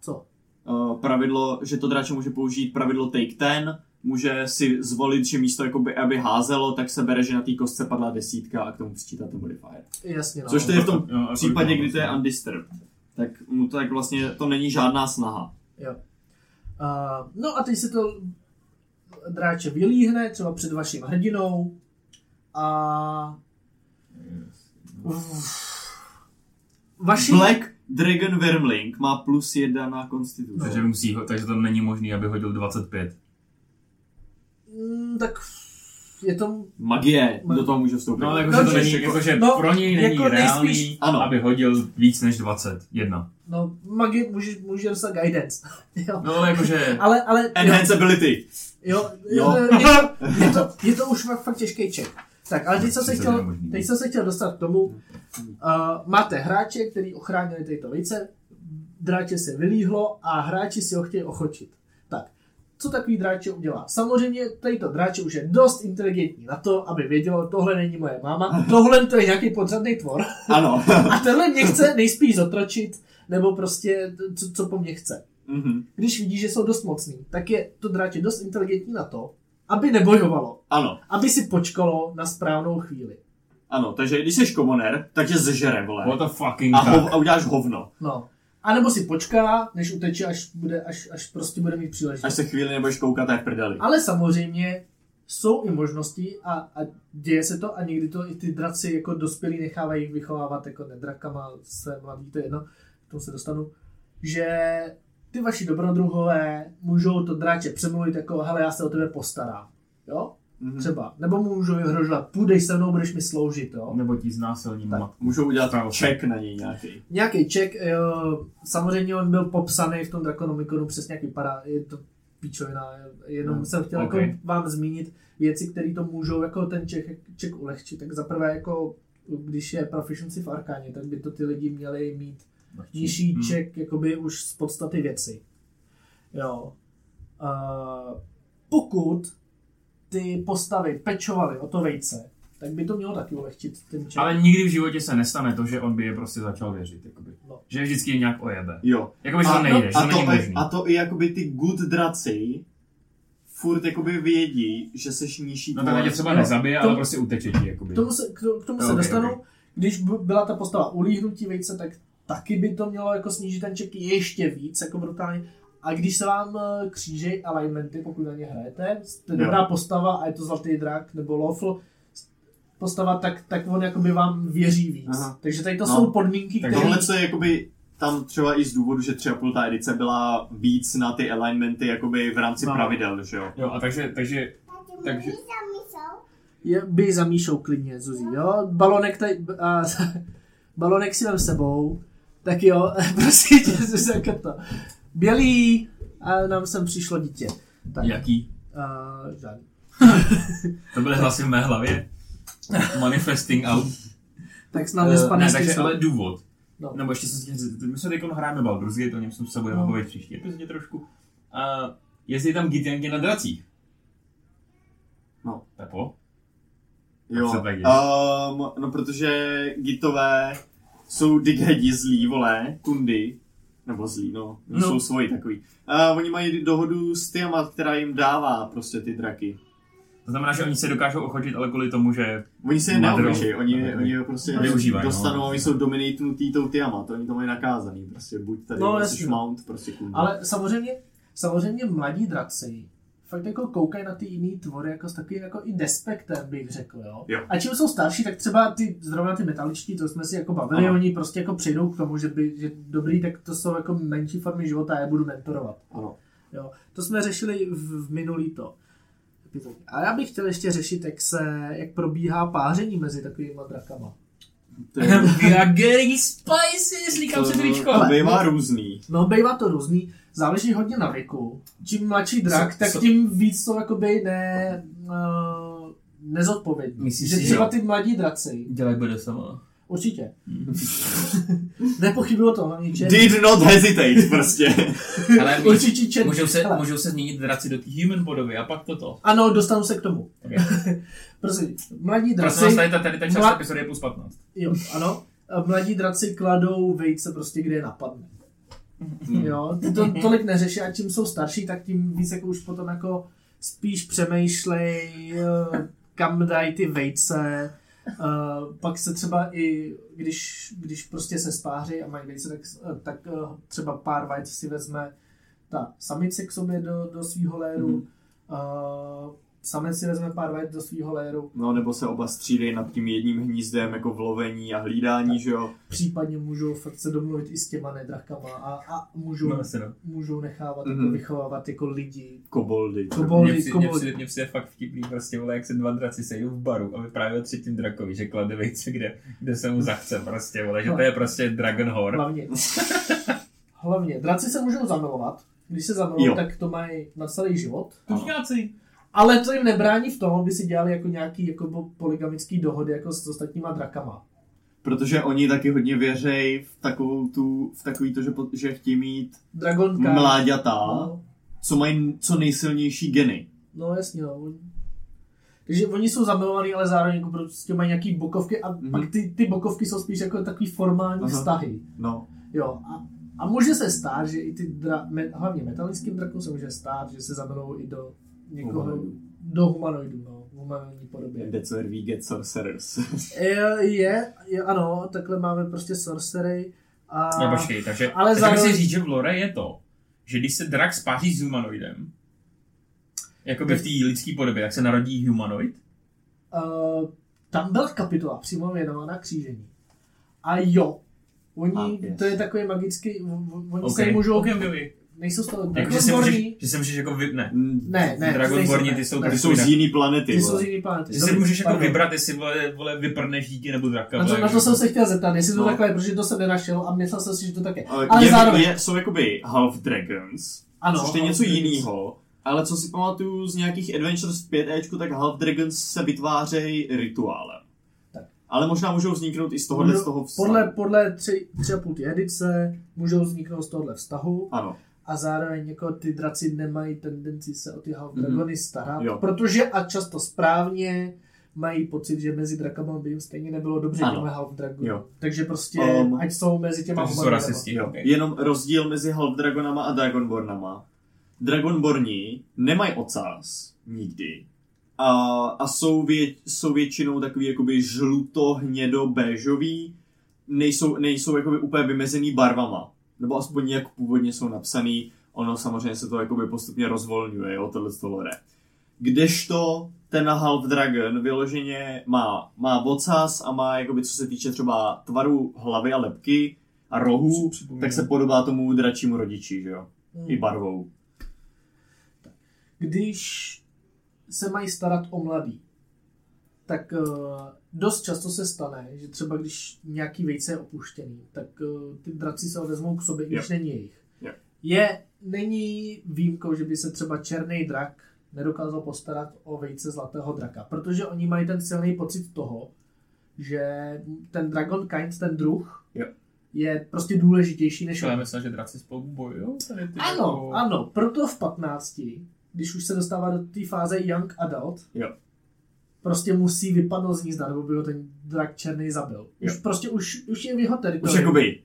[SPEAKER 3] Co?
[SPEAKER 4] Uh, pravidlo, že to dráče může použít pravidlo take ten, může si zvolit, že místo, jakoby, aby házelo, tak se bere, že na té kostce padla desítka a k tomu přičítá ten modifier.
[SPEAKER 3] Jasně, no.
[SPEAKER 4] Což to je v tom
[SPEAKER 2] Jo, a kolik
[SPEAKER 4] V případě,
[SPEAKER 2] má
[SPEAKER 4] kdy to je
[SPEAKER 2] vlastně?
[SPEAKER 4] undisturbed, tak mu to tak vlastně, to není žádná snaha.
[SPEAKER 3] Uh, no a teď se to dráče vylíhne, třeba před vaším hrdinou a vaši...
[SPEAKER 4] Black Dragon Vermling má plus jedna na
[SPEAKER 3] No.
[SPEAKER 4] konstituci.
[SPEAKER 2] Takže, musí, ho- takže to není možný, aby hodil 25.
[SPEAKER 3] Mm, tak je to...
[SPEAKER 4] Magie
[SPEAKER 3] Ma-
[SPEAKER 4] do toho může vstoupit.
[SPEAKER 2] No,
[SPEAKER 3] No,
[SPEAKER 2] jakože to
[SPEAKER 3] že-
[SPEAKER 2] není, jakože
[SPEAKER 3] no,
[SPEAKER 2] pro něj není
[SPEAKER 3] jako
[SPEAKER 2] reálný,
[SPEAKER 3] nejspíš-
[SPEAKER 4] Ano.
[SPEAKER 2] aby hodil víc než 21.
[SPEAKER 3] No, magie, může, může dostat guidance. <laughs> jo.
[SPEAKER 2] No, ale jakože...
[SPEAKER 3] Ale, ale...
[SPEAKER 4] Enhance
[SPEAKER 2] <laughs>
[SPEAKER 4] ability.
[SPEAKER 3] Jo, jo.
[SPEAKER 4] Jo.
[SPEAKER 3] Je, to, je, to, je to už fakt, fakt těžký ček. Tak, ale teď jsem se
[SPEAKER 2] Sice
[SPEAKER 3] chtěl,
[SPEAKER 2] nemožný.
[SPEAKER 3] teď jsem se chtěl dostat k tomu, uh, máte hráče, který ochránili tyto vejce, dráče se vylíhlo a hráči si ho chtějí ochočit. Tak, co takový dráče udělá? Samozřejmě tadyto dráče už je dost inteligentní na to, aby vědělo, tohle není moje máma, tohle to je nějaký podřadný tvor.
[SPEAKER 4] Ano.
[SPEAKER 3] A tenhle mě chce nejspíš zotročit, nebo prostě co, co po mně chce
[SPEAKER 4] Mhm.
[SPEAKER 3] když vidí, že jsou dost mocný, tak je to dráče dost inteligentní na to, aby nebojovalo,
[SPEAKER 4] ano,
[SPEAKER 3] aby si počkalo na správnou chvíli.
[SPEAKER 4] ano. Takže když jsi komoner, tak tě zežere, vole.
[SPEAKER 2] What the fucking
[SPEAKER 4] A,
[SPEAKER 2] fuck?
[SPEAKER 4] hov, a uděláš hovno.
[SPEAKER 3] No. A nebo si počká, než uteče, až, bude, až, až prostě bude mít příležitost.
[SPEAKER 4] Až se chvíli nebudeš koukat, tak prdeli.
[SPEAKER 3] Ale samozřejmě jsou i možnosti a, a děje se to a někdy to i ty draci jako dospělí nechávají vychovávat jako nedrakama, se mladí, to je jedno, k tomu se dostanu, že ty vaši dobrodruhové můžou to dráče přemluvit jako, hele, já se o tebe postarám, jo? třeba. Nebo mu můžu vyhrožovat, půjdej se mnou, budeš mi sloužit, jo.
[SPEAKER 2] Nebo ti znásilní
[SPEAKER 3] Tak.
[SPEAKER 2] matku.
[SPEAKER 4] Můžou udělat
[SPEAKER 2] Stalo se.
[SPEAKER 4] check na něj nějaký.
[SPEAKER 3] Nějaký ček, jo, samozřejmě on byl popsaný v tom Draconomiconu, přesně jak vypadá, je to píčovina, jenom
[SPEAKER 2] No,
[SPEAKER 3] jsem chtěl
[SPEAKER 2] ok.
[SPEAKER 3] jako vám zmínit věci, které to můžou jako ten ček, ček ulehčit. Tak zaprvé jako když je proficiency v arkáně, tak by to ty lidi měli mít nižší
[SPEAKER 2] Hmm.
[SPEAKER 3] ček, jakoby už z podstaty věci. Jo. Uh, pokud ty postavy pečovaly o to vejce, tak by to mělo taky ulehčit ten ček.
[SPEAKER 2] Ale nikdy v životě se nestane to, že on by je prostě začal věřit. Jakoby.
[SPEAKER 3] No.
[SPEAKER 2] Že je vždycky nějak ojebe.
[SPEAKER 4] Jo.
[SPEAKER 2] Jakoby, že to nejde, že
[SPEAKER 4] a,
[SPEAKER 2] to není
[SPEAKER 4] to, i-
[SPEAKER 2] možný.
[SPEAKER 4] a to i jakoby ty good draci furt jakoby vědí, že seš nižší
[SPEAKER 2] No tak tě třeba
[SPEAKER 3] No,
[SPEAKER 2] nezabije,
[SPEAKER 3] to-
[SPEAKER 2] ale prostě uteče ti. Jakoby.
[SPEAKER 3] K tomu se, k, k tomu
[SPEAKER 2] Jo,
[SPEAKER 3] se
[SPEAKER 2] ok,
[SPEAKER 3] dostanu.
[SPEAKER 2] ok.
[SPEAKER 3] Když b- byla ta postava ulíhnutí vejce, tak taky by to mělo jako snížit ten ček ještě víc, jako brutálně. A když se vám eh, křížej alignmenty, pokud na ně hrajete, jste
[SPEAKER 4] Jo.
[SPEAKER 3] dobrá postava a je to zlatý drak nebo lawful postava, tak, tak on jakoby vám věří víc. Aha.
[SPEAKER 4] Aha.
[SPEAKER 3] Takže tady to
[SPEAKER 4] No.
[SPEAKER 3] jsou podmínky,
[SPEAKER 2] Tak
[SPEAKER 3] které...
[SPEAKER 4] Tohle co je jakoby tam třeba i z důvodu, že třeba půl ta edice byla víc na ty alignmenty jakoby v rámci
[SPEAKER 3] No.
[SPEAKER 4] no. pravidel, že jo?
[SPEAKER 2] Jo, a takže, takže
[SPEAKER 6] Takže...
[SPEAKER 2] Takže-
[SPEAKER 3] Je, by zamíšou klidně, Zuzi, jo? Balonek, tady, b- a, <laughs> balonek si vem s sebou. Tak jo, <laughs> prosím tě, Zuzi, jako to. Bělý, a nám sem přišlo dítě. Tak,
[SPEAKER 2] jaký?
[SPEAKER 3] a, žádný.
[SPEAKER 2] To byly hlasy v mé hlavě. Manifesting out.
[SPEAKER 3] Tak snad
[SPEAKER 2] Eh,
[SPEAKER 3] nespadne
[SPEAKER 2] ne,
[SPEAKER 3] z
[SPEAKER 2] takže
[SPEAKER 3] těch
[SPEAKER 2] ale důvod.
[SPEAKER 3] No.
[SPEAKER 2] Nebo ještě jsem si chtěl říct, my se teď hrajeme Baldur's Gate, o něm jsem se budeme
[SPEAKER 3] No.
[SPEAKER 2] bavit příští epizodě trošku. A jestli tam Gityanky na dracích.
[SPEAKER 4] No.
[SPEAKER 2] Pepo?
[SPEAKER 4] Jo.
[SPEAKER 2] se tak děje?
[SPEAKER 4] Um, no protože gitové jsou dighedi zlí, vole, kundy, nebo zlí, no, no.
[SPEAKER 2] No.
[SPEAKER 4] jsou svoji takový. Uh, oni mají dohodu s Tiamat, která jim dává prostě ty draky.
[SPEAKER 2] To znamená, že oni se dokážou ochotit, ale kvůli tomu, že...
[SPEAKER 4] Oni se je
[SPEAKER 2] Madrou.
[SPEAKER 4] neobličejí, oni,
[SPEAKER 2] Madrou.
[SPEAKER 4] oni je prostě
[SPEAKER 2] Využívají, no.
[SPEAKER 4] dostanou, no. oni jsou dominatnutý tou Tiamat, oni to mají nakázaný, prostě buď tady,
[SPEAKER 3] No,
[SPEAKER 4] no,
[SPEAKER 3] jasně.
[SPEAKER 4] jsi mount, prostě kunda.
[SPEAKER 3] ale samozřejmě, samozřejmě mladí draci fakt jako koukají na ty jiný tvory jako s takovým jako i despektem, bych řekl, jo?
[SPEAKER 4] Jo.
[SPEAKER 3] A čím jsou starší, tak třeba ty, zrovna ty metaličtí, to jsme si jako bavili,
[SPEAKER 4] Ano.
[SPEAKER 3] oni prostě jako přejdou k tomu, že, by, že dobrý, tak to jsou jako menší formy života a já budu mentorovat. <laughs>
[SPEAKER 4] Ano.
[SPEAKER 3] Jo, to jsme řešili v, v minulý to. epizodě. A já bych chtěl ještě řešit, jak se, jak probíhá páření mezi takovými drakama.
[SPEAKER 4] To je,
[SPEAKER 5] We are getting spicy, slíkám se tričko.
[SPEAKER 4] to bývá různý.
[SPEAKER 3] No, bývá to různý, záleží hodně na věku. Čím mladší drak,
[SPEAKER 2] Co-
[SPEAKER 3] tak
[SPEAKER 2] co-
[SPEAKER 3] tím víc to jakoby ne, uh, nezodpovědní.
[SPEAKER 5] Myslíš
[SPEAKER 3] že
[SPEAKER 5] si,
[SPEAKER 3] třeba
[SPEAKER 5] jo?
[SPEAKER 3] ty mladí draci,
[SPEAKER 5] Dělej bude sama.
[SPEAKER 3] určitě. Nepochybuju to, hlavně čet.
[SPEAKER 4] Did not hesitate, prostě. <laughs>
[SPEAKER 5] Ale můž,
[SPEAKER 3] Určitě čet.
[SPEAKER 5] můžou, se,
[SPEAKER 3] Hele,
[SPEAKER 5] můžou se změnit draci do té human podoby a pak toto.
[SPEAKER 3] Ano, dostanu se k tomu.
[SPEAKER 5] Ok.
[SPEAKER 3] <laughs> Prosím, mladí
[SPEAKER 2] Prosím vás,
[SPEAKER 3] draci,
[SPEAKER 2] tady, ta- tady ta část
[SPEAKER 3] Mla-
[SPEAKER 2] epizody je plus 15.
[SPEAKER 3] jo, ano, A mladí draci kladou vejce prostě, kde je napadne. Jo, ty to tolik neřeší a čím jsou starší, tak tím víc jako už potom jako spíš přemýšlej, eh, kam dají ty vejce, eh, pak se třeba i, když, když prostě se spáří a mají vejce, tak, eh, tak eh, třeba pár vajec si vezme ta samice k sobě do, do svýho léru, eh, samec si vezme pár vajec do svýho léru,
[SPEAKER 4] No, nebo se oba střídají nad tím jedním hnízdem, jako v lovení a hlídání, že jo?
[SPEAKER 3] případně můžou fakt se domluvit i s těma nedrakama a, a můžou,
[SPEAKER 2] No, asi no.
[SPEAKER 3] můžou nechávat,
[SPEAKER 4] Mhm.
[SPEAKER 3] jako vychovávat jako lidi,
[SPEAKER 4] Koboldy.
[SPEAKER 3] koboldy,
[SPEAKER 2] Mně Jako při- mně
[SPEAKER 3] koboldy.
[SPEAKER 2] přijde, mně přijde fakt vtipný, prostě, vole, jak se dva draci sejdou v baru a vypráví o třetím drakovi, že klade vejce, kde, kde se mu zachce, prostě, vole, že to je prostě Dragon Horde. <laughs>
[SPEAKER 3] Hlavně. Hlavně. Draci se můžou zamilovat. Když se zamilují,
[SPEAKER 4] Jo.
[SPEAKER 3] tak to mají na celý život.
[SPEAKER 2] Tušňáci.
[SPEAKER 3] Ale to jim nebrání v tom, aby si dělali jako nějaký jako bo- polygamický dohody jako s ostatníma drakama.
[SPEAKER 4] Protože oni taky hodně věřejí v takovou tu, v takový to, že, po- že chtějí mít
[SPEAKER 3] Dragonka.
[SPEAKER 4] mláďata,
[SPEAKER 3] No,
[SPEAKER 4] co mají co nejsilnější geny.
[SPEAKER 3] no jasně, no. Oni- Takže oni jsou zamilovaní, ale zároveň jako prostě mají nějaký bokovky a
[SPEAKER 4] Mhm.
[SPEAKER 3] pak ty, ty bokovky jsou spíš jako takový formální
[SPEAKER 4] Aha.
[SPEAKER 3] vztahy.
[SPEAKER 4] No,
[SPEAKER 3] Jo, a, a může se stát, že i ty, dra, me, hlavně metalickým drakům se může stát, že se zamilují i do někoho,
[SPEAKER 4] Humanoidů.
[SPEAKER 3] do humanoidů, no, v humanoidní podobě.
[SPEAKER 4] that's where we get <laughs> sorcerers.
[SPEAKER 3] Je, je, je, ano, takhle máme prostě sorcery a...
[SPEAKER 2] No počkej, takže,
[SPEAKER 3] Ale
[SPEAKER 2] ale takže
[SPEAKER 3] zároveň-
[SPEAKER 2] si říct, že v lore je to, že když se drak spáří s humanoidem, jakoby v té lidské podobě, jak se narodí humanoid,
[SPEAKER 3] Uh, tam byla kapitola přímo věnovaná křížení. A jo, oni,
[SPEAKER 4] Ah, yes. Ah,
[SPEAKER 3] to je takový magický, v- v- oni
[SPEAKER 2] Ok.
[SPEAKER 3] se můžou
[SPEAKER 2] Ok, ok, ok.
[SPEAKER 3] nejsou z toho
[SPEAKER 2] Jako, že, se můžeš,
[SPEAKER 3] dragonborní.
[SPEAKER 2] že se můžeš jako vypne.
[SPEAKER 3] Ne, ne,
[SPEAKER 2] Dragonborní,
[SPEAKER 3] nejsou-
[SPEAKER 2] ty jsou
[SPEAKER 3] ne,
[SPEAKER 4] Ty
[SPEAKER 2] prostě-
[SPEAKER 4] jsou z jiný planety,
[SPEAKER 3] Ty jsou z
[SPEAKER 4] vole.
[SPEAKER 3] jiný planety.
[SPEAKER 2] Že si
[SPEAKER 3] Dobrý,
[SPEAKER 2] můžeš jako
[SPEAKER 3] pardon.
[SPEAKER 2] vybrat, jako- jestli vole, vole vyprneš dítě nebo draka.
[SPEAKER 3] Na to,
[SPEAKER 2] vole,
[SPEAKER 3] na to
[SPEAKER 2] že-
[SPEAKER 3] jsem se chtěl zeptat, jestli to
[SPEAKER 4] No.
[SPEAKER 3] takhle je, protože to jsem nenašel a myslel jsem si, že to tak je.
[SPEAKER 4] Ale
[SPEAKER 3] Ale
[SPEAKER 4] je,
[SPEAKER 3] zároveň,
[SPEAKER 4] Je, jsou jakoby Half Dragons, ano,
[SPEAKER 3] ano.
[SPEAKER 4] což je něco jiného. Ale co si pamatuju z nějakých Adventures v 5Ečku, tak Half Dragons se vytvářejí rituálem.
[SPEAKER 3] Tak.
[SPEAKER 4] Ale možná můžou vzniknout i z tohohle, z toho vztahu.
[SPEAKER 3] Podle, podle tři, tři a půl ty edice můžou vzniknout z tohohle vztahu
[SPEAKER 4] Ano,
[SPEAKER 3] a zároveň jako ty draci nemají tendenci se o ty half
[SPEAKER 4] Mhm.
[SPEAKER 3] dragony starat,
[SPEAKER 4] Jo.
[SPEAKER 3] protože a často správně mají pocit, že mezi drakama by jim stejně nebylo dobře
[SPEAKER 4] Ano.
[SPEAKER 3] těma half dragonů.
[SPEAKER 4] Jo.
[SPEAKER 3] Takže prostě
[SPEAKER 4] Um,
[SPEAKER 3] ať jsou mezi těma
[SPEAKER 2] Takže jsou
[SPEAKER 3] humanitama.
[SPEAKER 2] rasisti.
[SPEAKER 4] jo.
[SPEAKER 2] Okay.
[SPEAKER 4] Jenom rozdíl mezi Half Dragonama a Dragonbornama. Dragonborní nemají ocas nikdy. A, a jsou, vě, jsou většinou takový jakoby žluto, hnědo, béžový. Nejsou, nejsou jakoby úplně vymezený barvama. Nebo aspoň jak původně jsou napsaný. Ono samozřejmě se to jakoby postupně rozvolňuje, jo, tohle to lore. Kdežto ten Half Dragon vyloženě má, má ocas a má jakoby co se týče třeba tvaru hlavy a lepky a rohů, tak se podobá tomu dračímu rodiči, že jo?
[SPEAKER 3] Hmm.
[SPEAKER 4] I barvou.
[SPEAKER 3] když se mají starat o mladý, tak uh, dost často se stane, že třeba když nějaký vejce je opuštěný, tak uh, ty draci se ho vezmou k sobě, i když není jejich.
[SPEAKER 4] Jo.
[SPEAKER 3] Je, není výjimkou, že by se třeba černý drak nedokázal postarat o vejce zlatého draka, protože oni mají ten silný pocit toho, že ten dragon kind, ten druh,
[SPEAKER 4] Jo.
[SPEAKER 3] je prostě důležitější než
[SPEAKER 5] Čo, já myslel, že draci spolu bojují tady ty.
[SPEAKER 3] ano,
[SPEAKER 2] jako-
[SPEAKER 3] ano, proto v 15, když už se dostává do té fáze young adult,
[SPEAKER 4] Jo.
[SPEAKER 3] prostě musí vypadnout z ní zda, nebo by ho ten drak černý zabil. Už prostě už, už je v jeho
[SPEAKER 4] Už
[SPEAKER 3] teritoriu.
[SPEAKER 4] jakoby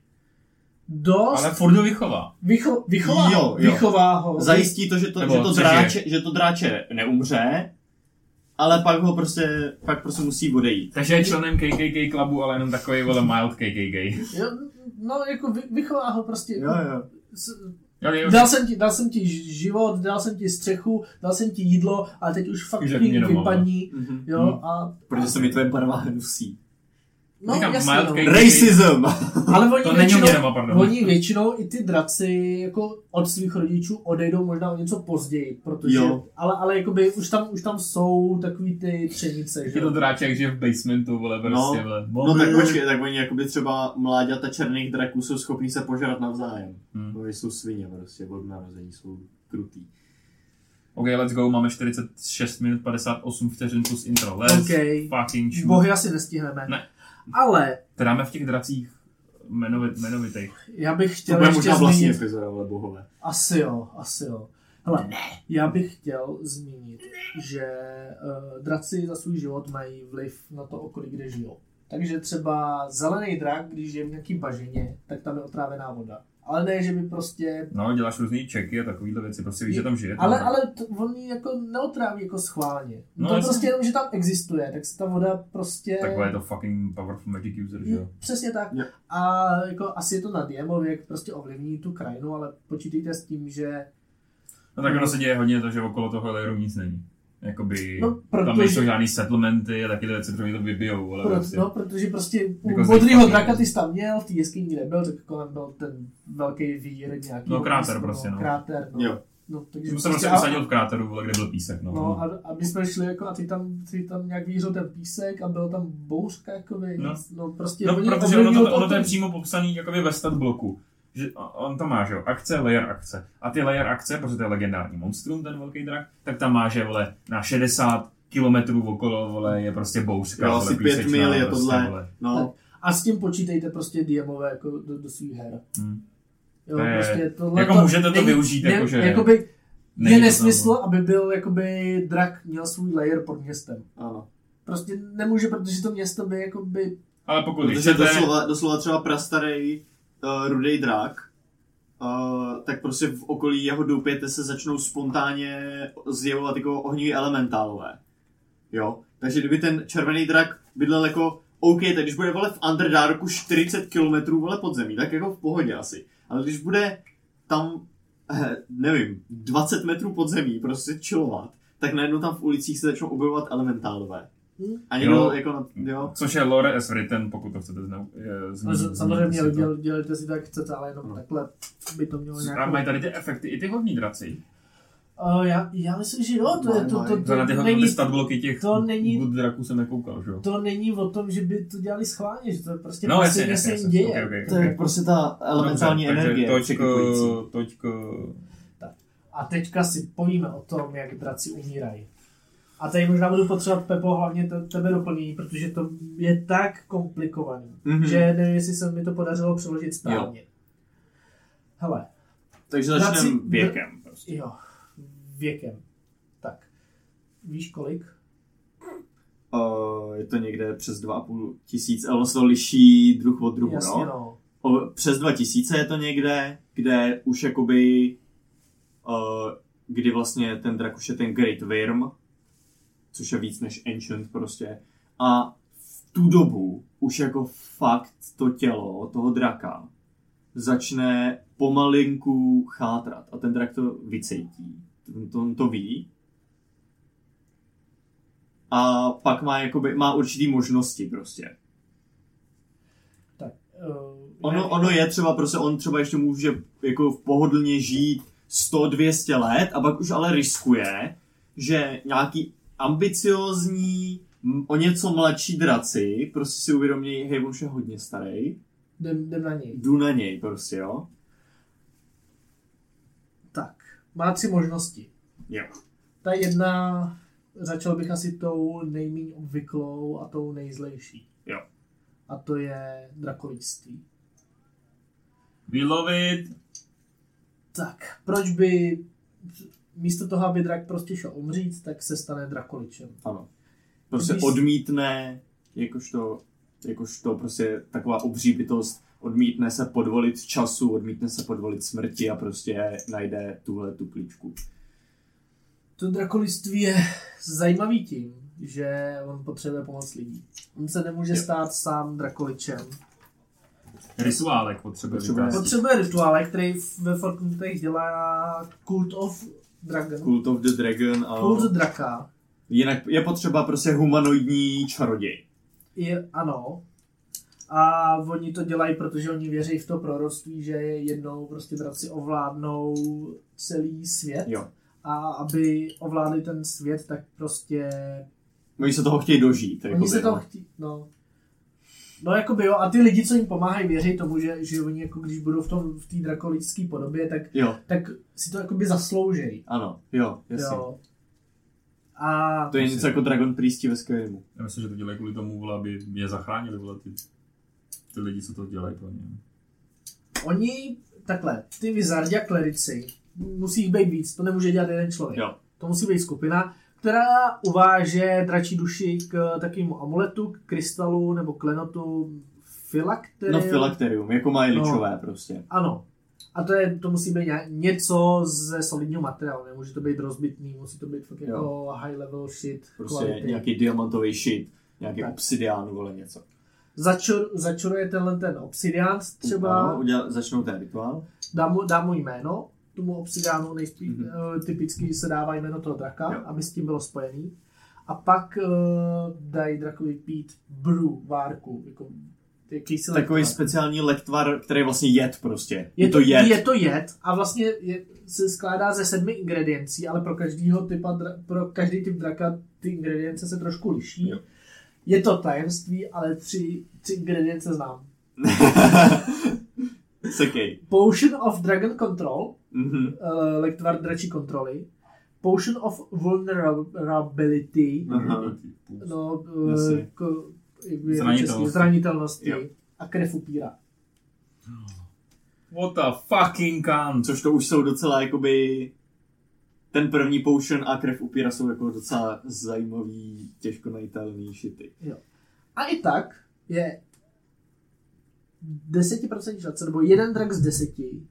[SPEAKER 3] Dost
[SPEAKER 2] Ale furt ho vychová.
[SPEAKER 3] vycho, vychová,
[SPEAKER 4] Jo,
[SPEAKER 3] jo,
[SPEAKER 4] jo.
[SPEAKER 3] jo. vychová
[SPEAKER 4] No.
[SPEAKER 3] ho.
[SPEAKER 4] zajistí to, že to,
[SPEAKER 2] Nebo
[SPEAKER 4] že to,
[SPEAKER 2] přežije.
[SPEAKER 4] dráče, že to dráče neumře, ale pak ho prostě, pak prostě musí odejít.
[SPEAKER 2] Takže je členem KKK klubu, ale jenom takový vole mild KKK.
[SPEAKER 3] Jo, no, jako vy, vychová ho prostě.
[SPEAKER 4] Jo, jo.
[SPEAKER 3] S,
[SPEAKER 2] Jo, jo,
[SPEAKER 3] dal, jsem ti, dal jsem ti ž- život, dal jsem ti střechu, dal jsem ti jídlo, ale teď už fakt
[SPEAKER 2] Už je
[SPEAKER 3] ti
[SPEAKER 2] mě doma,
[SPEAKER 3] vypadní.
[SPEAKER 4] Mhm.
[SPEAKER 3] Jo,
[SPEAKER 2] Hmm.
[SPEAKER 3] a...
[SPEAKER 4] Protože se mi tvoje barva hnusí.
[SPEAKER 3] No,
[SPEAKER 2] Říkám,
[SPEAKER 3] jasně,
[SPEAKER 2] mild
[SPEAKER 3] no.
[SPEAKER 2] cake.
[SPEAKER 4] Racism! <laughs>
[SPEAKER 3] Ale oni
[SPEAKER 2] To není
[SPEAKER 3] většinou,
[SPEAKER 2] mě doma, pardon.
[SPEAKER 3] Oni většinou i ty draci jako od svých rodičů odejdou možná o něco později, protože,
[SPEAKER 4] Jo.
[SPEAKER 3] jo. ale, ale jakoby už tam, už tam jsou takový ty třenice, že
[SPEAKER 2] Je to
[SPEAKER 3] jo.
[SPEAKER 2] dráček, že je v basementu, vole, prostě,
[SPEAKER 4] No.
[SPEAKER 2] vole.
[SPEAKER 4] No tak počkej, tak oni jakoby třeba mláďata černých draků jsou schopní se požrat navzájem.
[SPEAKER 2] Hmm.
[SPEAKER 4] No, jsou svině prostě, od narození jsou krutý.
[SPEAKER 2] OK, let's go, máme 46 minut 58 vteřin plus intro. Let's
[SPEAKER 3] OK.
[SPEAKER 2] fucking shoot.
[SPEAKER 3] Bohy asi nestihneme.
[SPEAKER 2] Ne.
[SPEAKER 3] Ale
[SPEAKER 2] Teda máme v těch dracích jmenovit, jmenovitých.
[SPEAKER 3] já bych
[SPEAKER 4] To
[SPEAKER 3] chtěl
[SPEAKER 4] bude
[SPEAKER 3] ještě
[SPEAKER 4] možná
[SPEAKER 3] zmínit...
[SPEAKER 4] vlastně epizoda, ale bohové.
[SPEAKER 3] Asi jo, asi jo. Hele, ne. já bych chtěl zmínit, že uh, draci za svůj život mají vliv na to, okolí kde žijou. Takže třeba zelený drak, když je v nějaký bažině, tak tam je otrávená voda. Ale ne, že by prostě
[SPEAKER 2] No, děláš různý čeky a takovýhle věci, prostě víš, že tam žije.
[SPEAKER 3] Ale,
[SPEAKER 2] tam-
[SPEAKER 3] ale t- on ji jako neotráví jako schválně.
[SPEAKER 2] No,
[SPEAKER 3] No, to
[SPEAKER 2] jasně.
[SPEAKER 3] prostě jenom, že tam existuje, tak se ta voda prostě...
[SPEAKER 2] Takhle je to fucking powerful magic user, že jo?
[SPEAKER 3] Přesně tak.
[SPEAKER 4] Jo.
[SPEAKER 3] A jako asi je to na Diemovi, jak prostě ovlivní tu krajinu, ale počítejte s tím, že...
[SPEAKER 2] No tak ono se děje hodně to, že okolo toho layeru nic není. Jakoby
[SPEAKER 3] No,
[SPEAKER 2] tam
[SPEAKER 3] protože-
[SPEAKER 2] nejsou žádný settlementy a taky ty věci, které to vybijou, ale
[SPEAKER 3] Pro,
[SPEAKER 2] prostě.
[SPEAKER 3] no, protože prostě u
[SPEAKER 2] Jako
[SPEAKER 3] jako
[SPEAKER 2] z
[SPEAKER 3] modrýho
[SPEAKER 2] nich-
[SPEAKER 3] draka ty jsi tam měl, v té jeskyni nebyl, tak kolem byl ten velký vír nějaký.
[SPEAKER 2] No, kráter
[SPEAKER 3] místo,
[SPEAKER 2] prostě, no.
[SPEAKER 3] Kráter, no.
[SPEAKER 4] Jo.
[SPEAKER 3] No, takže
[SPEAKER 2] Jsem se prostě
[SPEAKER 3] a-
[SPEAKER 2] usadil v kráteru, vole, kde byl písek, no.
[SPEAKER 3] No a, a my jsme šli jako a ty tam, ty tam nějak vířil ten písek a byl tam bouřka jakoby,
[SPEAKER 2] No.
[SPEAKER 3] no, no prostě
[SPEAKER 2] No,
[SPEAKER 3] oni
[SPEAKER 2] protože ono
[SPEAKER 3] ovlivnili
[SPEAKER 2] to, ono to je
[SPEAKER 3] ten-
[SPEAKER 2] přímo popsaný jakoby ve stat bloku. Že a- on tam má, že jo, akce, layer akce. A ty layer akce, protože to je legendární monstrum, ten velký drak, tak tam má, že vole, na 60 kilometrů okolo, vole, je prostě bouřka,
[SPEAKER 4] Jo,
[SPEAKER 2] vole,
[SPEAKER 4] asi pět
[SPEAKER 2] písečná,
[SPEAKER 4] mil je
[SPEAKER 2] prostě,
[SPEAKER 4] tohle.
[SPEAKER 2] vole.
[SPEAKER 4] No,
[SPEAKER 3] A s tím počítejte prostě diemové jako do, do svých her.
[SPEAKER 2] Hmm.
[SPEAKER 3] Jo,
[SPEAKER 2] To je-
[SPEAKER 3] prostě tohle
[SPEAKER 2] Jako můžete to využít,
[SPEAKER 3] ne,
[SPEAKER 2] jakože...
[SPEAKER 3] Jakoby
[SPEAKER 2] není
[SPEAKER 3] je
[SPEAKER 2] to
[SPEAKER 3] nesmysl,
[SPEAKER 2] tam-
[SPEAKER 3] aby byl jakoby drak měl svůj layer pod městem.
[SPEAKER 4] ano.
[SPEAKER 3] Prostě nemůže, protože to město by jakoby...
[SPEAKER 2] Ale pokud
[SPEAKER 4] Protože
[SPEAKER 2] chcete,
[SPEAKER 4] doslova, doslova třeba prastarý uh, rudý drak, uh, tak prostě v okolí jeho doupěte se začnou spontánně zjevovat jako ohniví elementálové. Jo? Takže kdyby ten červený drak bydlel jako OK, tak když bude vole v Underdarku 40 km vole pod zemí, tak jako v pohodě asi. Ale když bude tam, eh, nevím, 20 metrů pod zemí prostě chillovat, tak najednou tam v ulicích se začnou objevovat elementálové. A
[SPEAKER 2] Jo.
[SPEAKER 4] někdo jako na, jo.
[SPEAKER 2] Což je Lore as written, pokud to chcete znám. Hmm,
[SPEAKER 3] No, z- Samozřejmě děl, dělejte si tak, jak chcete, ale jenom takhle by to mělo
[SPEAKER 2] A
[SPEAKER 3] nějakou...
[SPEAKER 2] No. mají tady ty efekty, i ty hovní draci.
[SPEAKER 3] Uh, já, já myslím, že jo, to, je, to, to,
[SPEAKER 2] To
[SPEAKER 3] to,
[SPEAKER 2] na ty
[SPEAKER 3] není,
[SPEAKER 2] hovní statbloky těch
[SPEAKER 3] to není-
[SPEAKER 2] good draků jsem nekoukal, že jo?
[SPEAKER 3] to není o tom, že by to dělali schválně, že to je prostě
[SPEAKER 2] No, jasně,
[SPEAKER 3] pasivně
[SPEAKER 2] jasně,
[SPEAKER 3] se jim
[SPEAKER 2] jasně.
[SPEAKER 3] děje.
[SPEAKER 2] Ok, ok,
[SPEAKER 4] To
[SPEAKER 2] ok.
[SPEAKER 4] je prostě ta elementální
[SPEAKER 2] Dobře, No takže
[SPEAKER 4] energie. překypující.
[SPEAKER 2] Točko, točko,
[SPEAKER 3] A teďka si povíme o tom, jak draci umírají. A tady možná budu potřebovat, Pepo, hlavně te, tebe doplnění, protože to je tak komplikovaný,
[SPEAKER 4] Mhm.
[SPEAKER 3] mm-hmm. že nevím, jestli se mi to podařilo přeložit správně. Jo. Hele,
[SPEAKER 4] Takže
[SPEAKER 3] Vrací-
[SPEAKER 4] začneme věkem. Prostě.
[SPEAKER 3] jo, věkem. Tak, víš kolik?
[SPEAKER 4] Uh, je to někde přes 2,5 tisíc, ale ono se to liší druh od druhu,
[SPEAKER 3] Jasně,
[SPEAKER 4] no.
[SPEAKER 3] no.
[SPEAKER 4] O, přes 2 tisíce je to někde, kde už jakoby, uh, kdy vlastně ten drak už je ten Great Worm, což je víc než Ancient prostě. A v tu dobu už jako fakt to tělo toho draka začne pomalinku chátrat a ten drak to vycítí. On to, on to ví. A pak má, jakoby, má určitý možnosti prostě.
[SPEAKER 3] Tak, uh,
[SPEAKER 4] Ono, ono je třeba, prostě on třeba ještě může jako v pohodlně žít 100-200 let a pak už ale riskuje, že nějaký ambiciozní, m- o něco mladší draci, prostě si uvědomí, hej, on už je hodně starý,
[SPEAKER 3] jdem, jdem na něj.
[SPEAKER 4] jdu na něj prostě, jo?
[SPEAKER 3] Tak, má tři možnosti.
[SPEAKER 4] Jo.
[SPEAKER 3] Ta jedna, začal bych asi tou nejméně obvyklou a tou nejzlejší.
[SPEAKER 4] Jo.
[SPEAKER 3] A to je drakoliství.
[SPEAKER 2] vylovit,
[SPEAKER 3] Tak, proč by místo toho, aby drak prostě šel umřít, tak se stane drakoličem.
[SPEAKER 4] Ano. Prostě
[SPEAKER 3] Když-
[SPEAKER 4] odmítne, jakožto, jakožto prostě taková obří bytost, odmítne se podvolit času, odmítne se podvolit smrti a prostě najde tuhle tu klíčku.
[SPEAKER 3] To drakoliství je zajímavý tím, že on potřebuje pomoc lidí. On se nemůže stát sám drakoličem.
[SPEAKER 2] rituálek potřebuje
[SPEAKER 4] Potřebuje.
[SPEAKER 2] vytvářet.
[SPEAKER 3] Potřebuje rituále, který ve Fortnitech dělá Cult of Dragon.
[SPEAKER 4] Cult of the Dragon a...
[SPEAKER 3] Cult draka.
[SPEAKER 4] Jinak je potřeba prostě humanoidní čaroděj.
[SPEAKER 3] Je, ano. A oni to dělají, protože oni věří v to proroctví, že jednou prostě draci ovládnou celý svět.
[SPEAKER 4] Jo.
[SPEAKER 3] A aby ovládli ten svět, tak prostě...
[SPEAKER 4] Oni se toho chtějí dožít.
[SPEAKER 3] Oni
[SPEAKER 4] jakoby,
[SPEAKER 3] se to
[SPEAKER 4] no.
[SPEAKER 3] chtí... No. No jako by jo, a ty lidi, co jim pomáhají, věří tomu, že, že oni jako když budou v tom v té drakolické podobě, tak,
[SPEAKER 4] Jo,
[SPEAKER 3] tak si to jakoby zasloužejí.
[SPEAKER 4] ano, jo, jasně. Jo.
[SPEAKER 3] Jo. A
[SPEAKER 4] To je něco jako Dragon Priesti ve Skyrimu.
[SPEAKER 2] Já myslím, že to dělají kvůli tomu, vole, aby je zachránili, vole, ty, ty lidi, co to dělají pro ně.
[SPEAKER 3] Oni, takhle, ty vizardi a klerici, musí jich být víc, to nemůže dělat jeden člověk.
[SPEAKER 4] Jo.
[SPEAKER 3] To musí být skupina, která uváže dračí duši k takovému amuletu, k krystalu nebo klenotu
[SPEAKER 4] No
[SPEAKER 3] filakterium.
[SPEAKER 4] Filakterium, jako mají
[SPEAKER 3] No.
[SPEAKER 4] ličové prostě.
[SPEAKER 3] Ano. A to, je, to musí být nějak- něco ze solidního materiálu, nemůže to být rozbitný, musí to být fakt jako high level shit,
[SPEAKER 4] Prostě nějaký diamantový shit, nějaký
[SPEAKER 3] Tak.
[SPEAKER 4] obsidián, vole něco.
[SPEAKER 3] Začur, začuruje tenhle ten obsidiant třeba.
[SPEAKER 4] Ano, uděla, začnou ten rituál.
[SPEAKER 3] dá mu, dá mu jméno, tomu obsidiánu nejspíš
[SPEAKER 4] Mhm.
[SPEAKER 3] mm-hmm. typicky se dává jméno toho draka,
[SPEAKER 4] Jo.
[SPEAKER 3] jo. aby s tím bylo spojený. A pak uh, dají drakovi pít brew, várku, jako jakýsi
[SPEAKER 4] Takový
[SPEAKER 3] lektvar.
[SPEAKER 4] speciální lektvar, který je vlastně jed prostě.
[SPEAKER 3] je to,
[SPEAKER 4] jed.
[SPEAKER 3] je to jed a vlastně je, se skládá ze sedmi ingrediencí, ale pro každýho typa, dra- pro každý typ draka ty ingredience se trošku liší.
[SPEAKER 4] Jo.
[SPEAKER 3] Jo. Je to tajemství, ale tři, tři ingredience znám.
[SPEAKER 4] Sekej.
[SPEAKER 3] Potion of Dragon Control,
[SPEAKER 4] Mhm.
[SPEAKER 3] uh, lektvar dračí kontroly. Potion of Vulnerability,
[SPEAKER 4] Aha.
[SPEAKER 3] no, eh,
[SPEAKER 4] Jasně.
[SPEAKER 3] k, jak by je to
[SPEAKER 2] Zranitelnosti.
[SPEAKER 3] česky, zranitelnosti
[SPEAKER 4] Jo.
[SPEAKER 3] a krev upíra.
[SPEAKER 2] What the fucking cunt?
[SPEAKER 4] Což to už jsou docela jakoby ten první potion a krev upíra jsou jako docela zajímavý, těžko najitelný šity.
[SPEAKER 3] A i tak je 10% šance, nebo jeden drak z deseti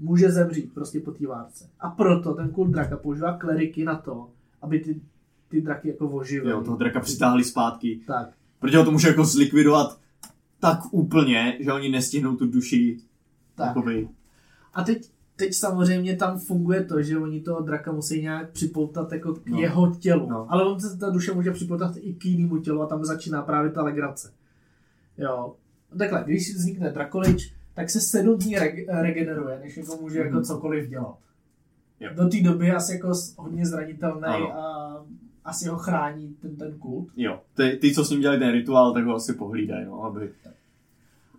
[SPEAKER 3] může zemřít prostě po té várce. A proto ten kult draka používá kleriky na to, aby ty, ty draky jako oživily.
[SPEAKER 4] Jo, toho draka přitáhli zpátky,
[SPEAKER 3] Tak.
[SPEAKER 4] protože ho to může jako zlikvidovat tak úplně, že oni nestihnou tu duši
[SPEAKER 3] Tak.
[SPEAKER 4] jakoby,
[SPEAKER 3] A teď teď samozřejmě tam funguje to, že oni toho draka musí nějak připoutat jako k
[SPEAKER 4] No.
[SPEAKER 3] no. jeho tělu.
[SPEAKER 4] No.
[SPEAKER 3] No. Ale on se ta duše může připoutat i k jinému tělu a tam začíná právě ta legrace. Jo. No Takhle, když vznikne drakolič, tak se sedm dní reg- regeneruje, než jako může jako cokoliv dělat.
[SPEAKER 4] Mhm. Jo.
[SPEAKER 3] Do té doby je asi jako s- hodně zranitelný
[SPEAKER 4] Ano.
[SPEAKER 3] a asi ho chrání ten, ten kult.
[SPEAKER 4] Jo, ty, ty, co s ním dělají ten rituál, tak ho asi pohlídají, no, aby...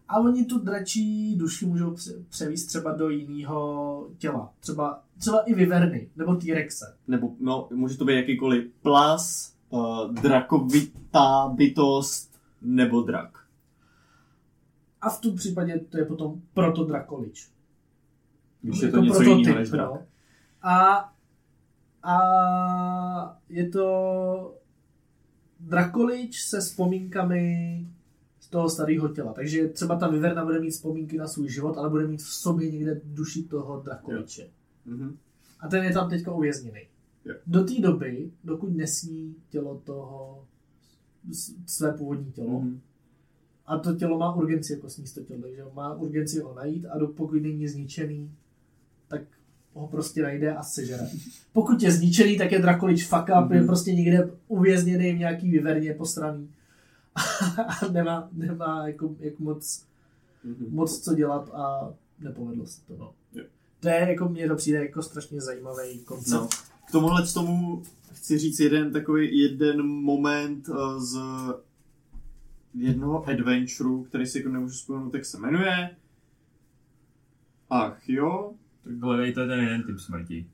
[SPEAKER 3] A oni tu dračí duši můžou pře- převíst třeba do jiného těla. Třeba, třeba i vyverny, nebo T-Rexe.
[SPEAKER 4] Nebo, no, může to být jakýkoliv plas, uh, drakovitá bytost, nebo drak.
[SPEAKER 3] A v tom případě to je potom proto drakolič.
[SPEAKER 4] Když je to něco jiného než drak.
[SPEAKER 3] no. A, a je to drakolič se vzpomínkami z toho starého těla. Takže třeba ta vyverna bude mít vzpomínky na svůj život, ale bude mít v sobě někde duši toho drakoliče.
[SPEAKER 4] Mhm.
[SPEAKER 3] A ten je tam teďka uvězněný.
[SPEAKER 4] Jo.
[SPEAKER 3] Do té doby, dokud nesní tělo toho, s- své původní tělo, mm.
[SPEAKER 4] Mhm.
[SPEAKER 3] a to tělo má urgenci jako sníst to tělo, takže má urgenci ho najít a dokud není zničený, tak ho prostě najde a sežere. Pokud je zničený, tak je Drakolič fuck up, mm. je
[SPEAKER 4] Mhm.
[SPEAKER 3] prostě někde uvězněný v nějaký vyverně postraný. <laughs> a nemá, nemá jako, jak moc,
[SPEAKER 4] Mhm.
[SPEAKER 3] moc co dělat a nepovedlo se to. No.
[SPEAKER 4] Jo.
[SPEAKER 3] To je jako, mně to přijde jako strašně zajímavý koncept.
[SPEAKER 4] No. K tomuhle z tomu chci říct jeden takový jeden moment eh, z jednoho adventureu, který si jako nemůžu vzpomenout, jak se jmenuje. Ach jo.
[SPEAKER 2] Tak hledejte ten jeden typ smrti.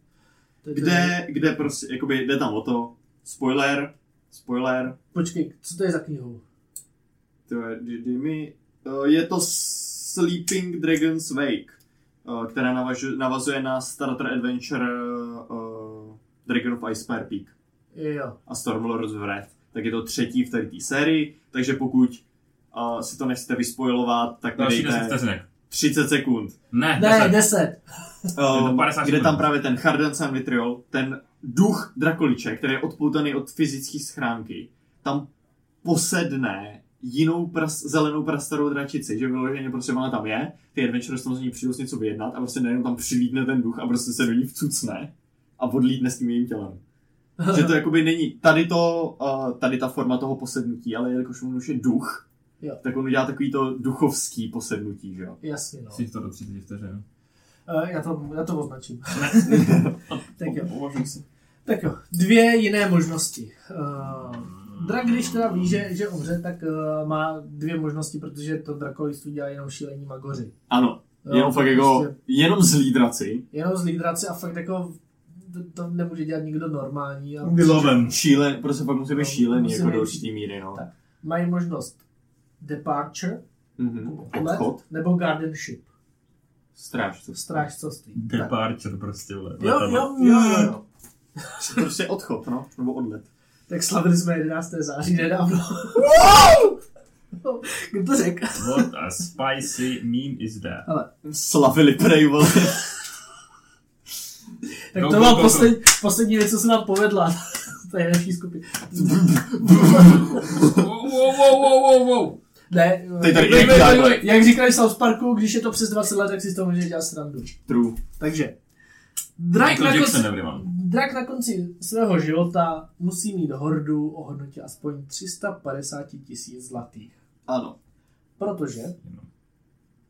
[SPEAKER 3] To je-
[SPEAKER 4] Kde, kde prostě, jakoby jde tam o to, spoiler, spoiler,
[SPEAKER 3] Počkej, co to je za knihu?
[SPEAKER 4] to je, kdy- kdy mi, eh, je to Sleeping Dragon's Wake, eh, která navažu, navazuje na Starter Adventure eh, Dragon of Ice Peak.
[SPEAKER 3] Jo,
[SPEAKER 4] a Stormlord's Wrath, tak je to třetí v tady té sérii, takže pokud uh, si to nechcete vyspoilovat, tak mi
[SPEAKER 2] Další 10
[SPEAKER 4] dejte
[SPEAKER 2] vteřinek.
[SPEAKER 4] 30 sekund.
[SPEAKER 2] Ne, 10.
[SPEAKER 3] ne, 10.
[SPEAKER 2] Je to
[SPEAKER 4] Um,
[SPEAKER 2] 50
[SPEAKER 4] kde
[SPEAKER 2] sekund.
[SPEAKER 4] tam právě ten Harden San Vitriol, ten duch Drakoliče, který je odpoutaný od fyzické schránky, tam posedne jinou pras, zelenou prastarou dračici, že vyloženě prostě ona tam je, ty adventurers tam z ní přijdou s něco vyjednat a prostě najednou tam přilítne ten duch a prostě se do ní vcucne a odlítne s tím jejím tělem. že to jakoby není tady to, uh, tady ta forma toho posednutí, ale jelikož on už je duch,
[SPEAKER 3] Jo.
[SPEAKER 4] tak on udělá takový to duchovský posednutí, že jo.
[SPEAKER 3] <laughs> Jasně, no.
[SPEAKER 2] Si to do 30 vteřin.
[SPEAKER 3] Eh, Já to, já to označím. tak jo.
[SPEAKER 5] Považuji si.
[SPEAKER 3] Tak jo, dvě jiné možnosti. Uh, drak, když teda ví, že, že umře, tak uh, má dvě možnosti, protože to drakolistů dělá jenom šílení magoři.
[SPEAKER 4] Ano,
[SPEAKER 3] Jo,
[SPEAKER 4] jenom
[SPEAKER 3] to
[SPEAKER 4] fakt jako,
[SPEAKER 3] prostě
[SPEAKER 4] jenom zlí draci,
[SPEAKER 3] Jenom z lídraci a fakt jako to, to nemůže dělat nikdo normální. A
[SPEAKER 2] Vyloven.
[SPEAKER 4] šílen, prostě pak musí být
[SPEAKER 3] No,
[SPEAKER 4] šílený
[SPEAKER 3] musí
[SPEAKER 4] jako do
[SPEAKER 3] být-
[SPEAKER 4] určitý míry, no.
[SPEAKER 3] Tak. mají možnost departure,
[SPEAKER 4] Mhm.
[SPEAKER 3] let,
[SPEAKER 4] Odchod,
[SPEAKER 3] nebo guardianship,
[SPEAKER 4] stráž, to
[SPEAKER 3] strážcovství. Tak.
[SPEAKER 2] Departure prostě. vole.
[SPEAKER 3] Jo, jo,
[SPEAKER 2] Letadlo.
[SPEAKER 3] jo, jo, jo.
[SPEAKER 4] Prostě odchod, no, nebo odlet.
[SPEAKER 3] Tak slavili jsme 11. září nedávno. Wow! Kdo to řekl?
[SPEAKER 2] What a spicy meme is that?
[SPEAKER 4] Slavili prej, vole.
[SPEAKER 3] Tak
[SPEAKER 2] Go,
[SPEAKER 3] to
[SPEAKER 2] go,
[SPEAKER 3] byla
[SPEAKER 2] go, go.
[SPEAKER 3] poslední, poslední věc, co se nám povedla. <laughs> To je naší skupiny.
[SPEAKER 5] Wow, wow, wow, wow, wow.
[SPEAKER 3] Ne,
[SPEAKER 4] Teď tady
[SPEAKER 5] Wait, wait, wait, wait.
[SPEAKER 3] jak říkali v South Parku, když je to přes 20 let, tak si z toho může dělat srandu.
[SPEAKER 4] True.
[SPEAKER 3] Takže, drak
[SPEAKER 2] Michael
[SPEAKER 3] na, konci,
[SPEAKER 2] Jackson, everyone.
[SPEAKER 3] drak na konci svého života musí mít hordu o hodnotě aspoň 350 tisíc zlatých.
[SPEAKER 4] Ano.
[SPEAKER 3] Protože?
[SPEAKER 2] No.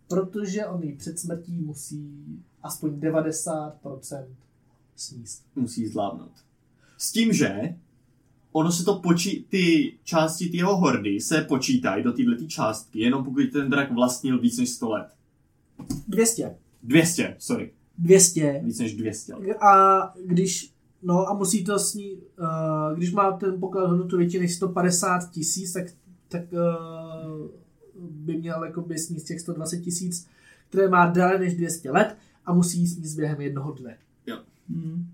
[SPEAKER 3] Protože on ji před smrtí musí aspoň 90% sníst.
[SPEAKER 4] Musí zvládnout. S tím, že ono se to počí, ty části ty jeho hordy se počítají do této částky, jenom pokud ten drak vlastnil víc než 100 let.
[SPEAKER 3] 200.
[SPEAKER 4] 200, sorry.
[SPEAKER 3] 200.
[SPEAKER 4] Víc než 200 let.
[SPEAKER 3] A když, no a musí to sní, uh, když má ten poklad hodnotu větší než 150 tisíc, tak, tak uh, by měl jakoby sníst těch 120 tisíc, které má déle než 200 let a musí jí sníst během jednoho dne.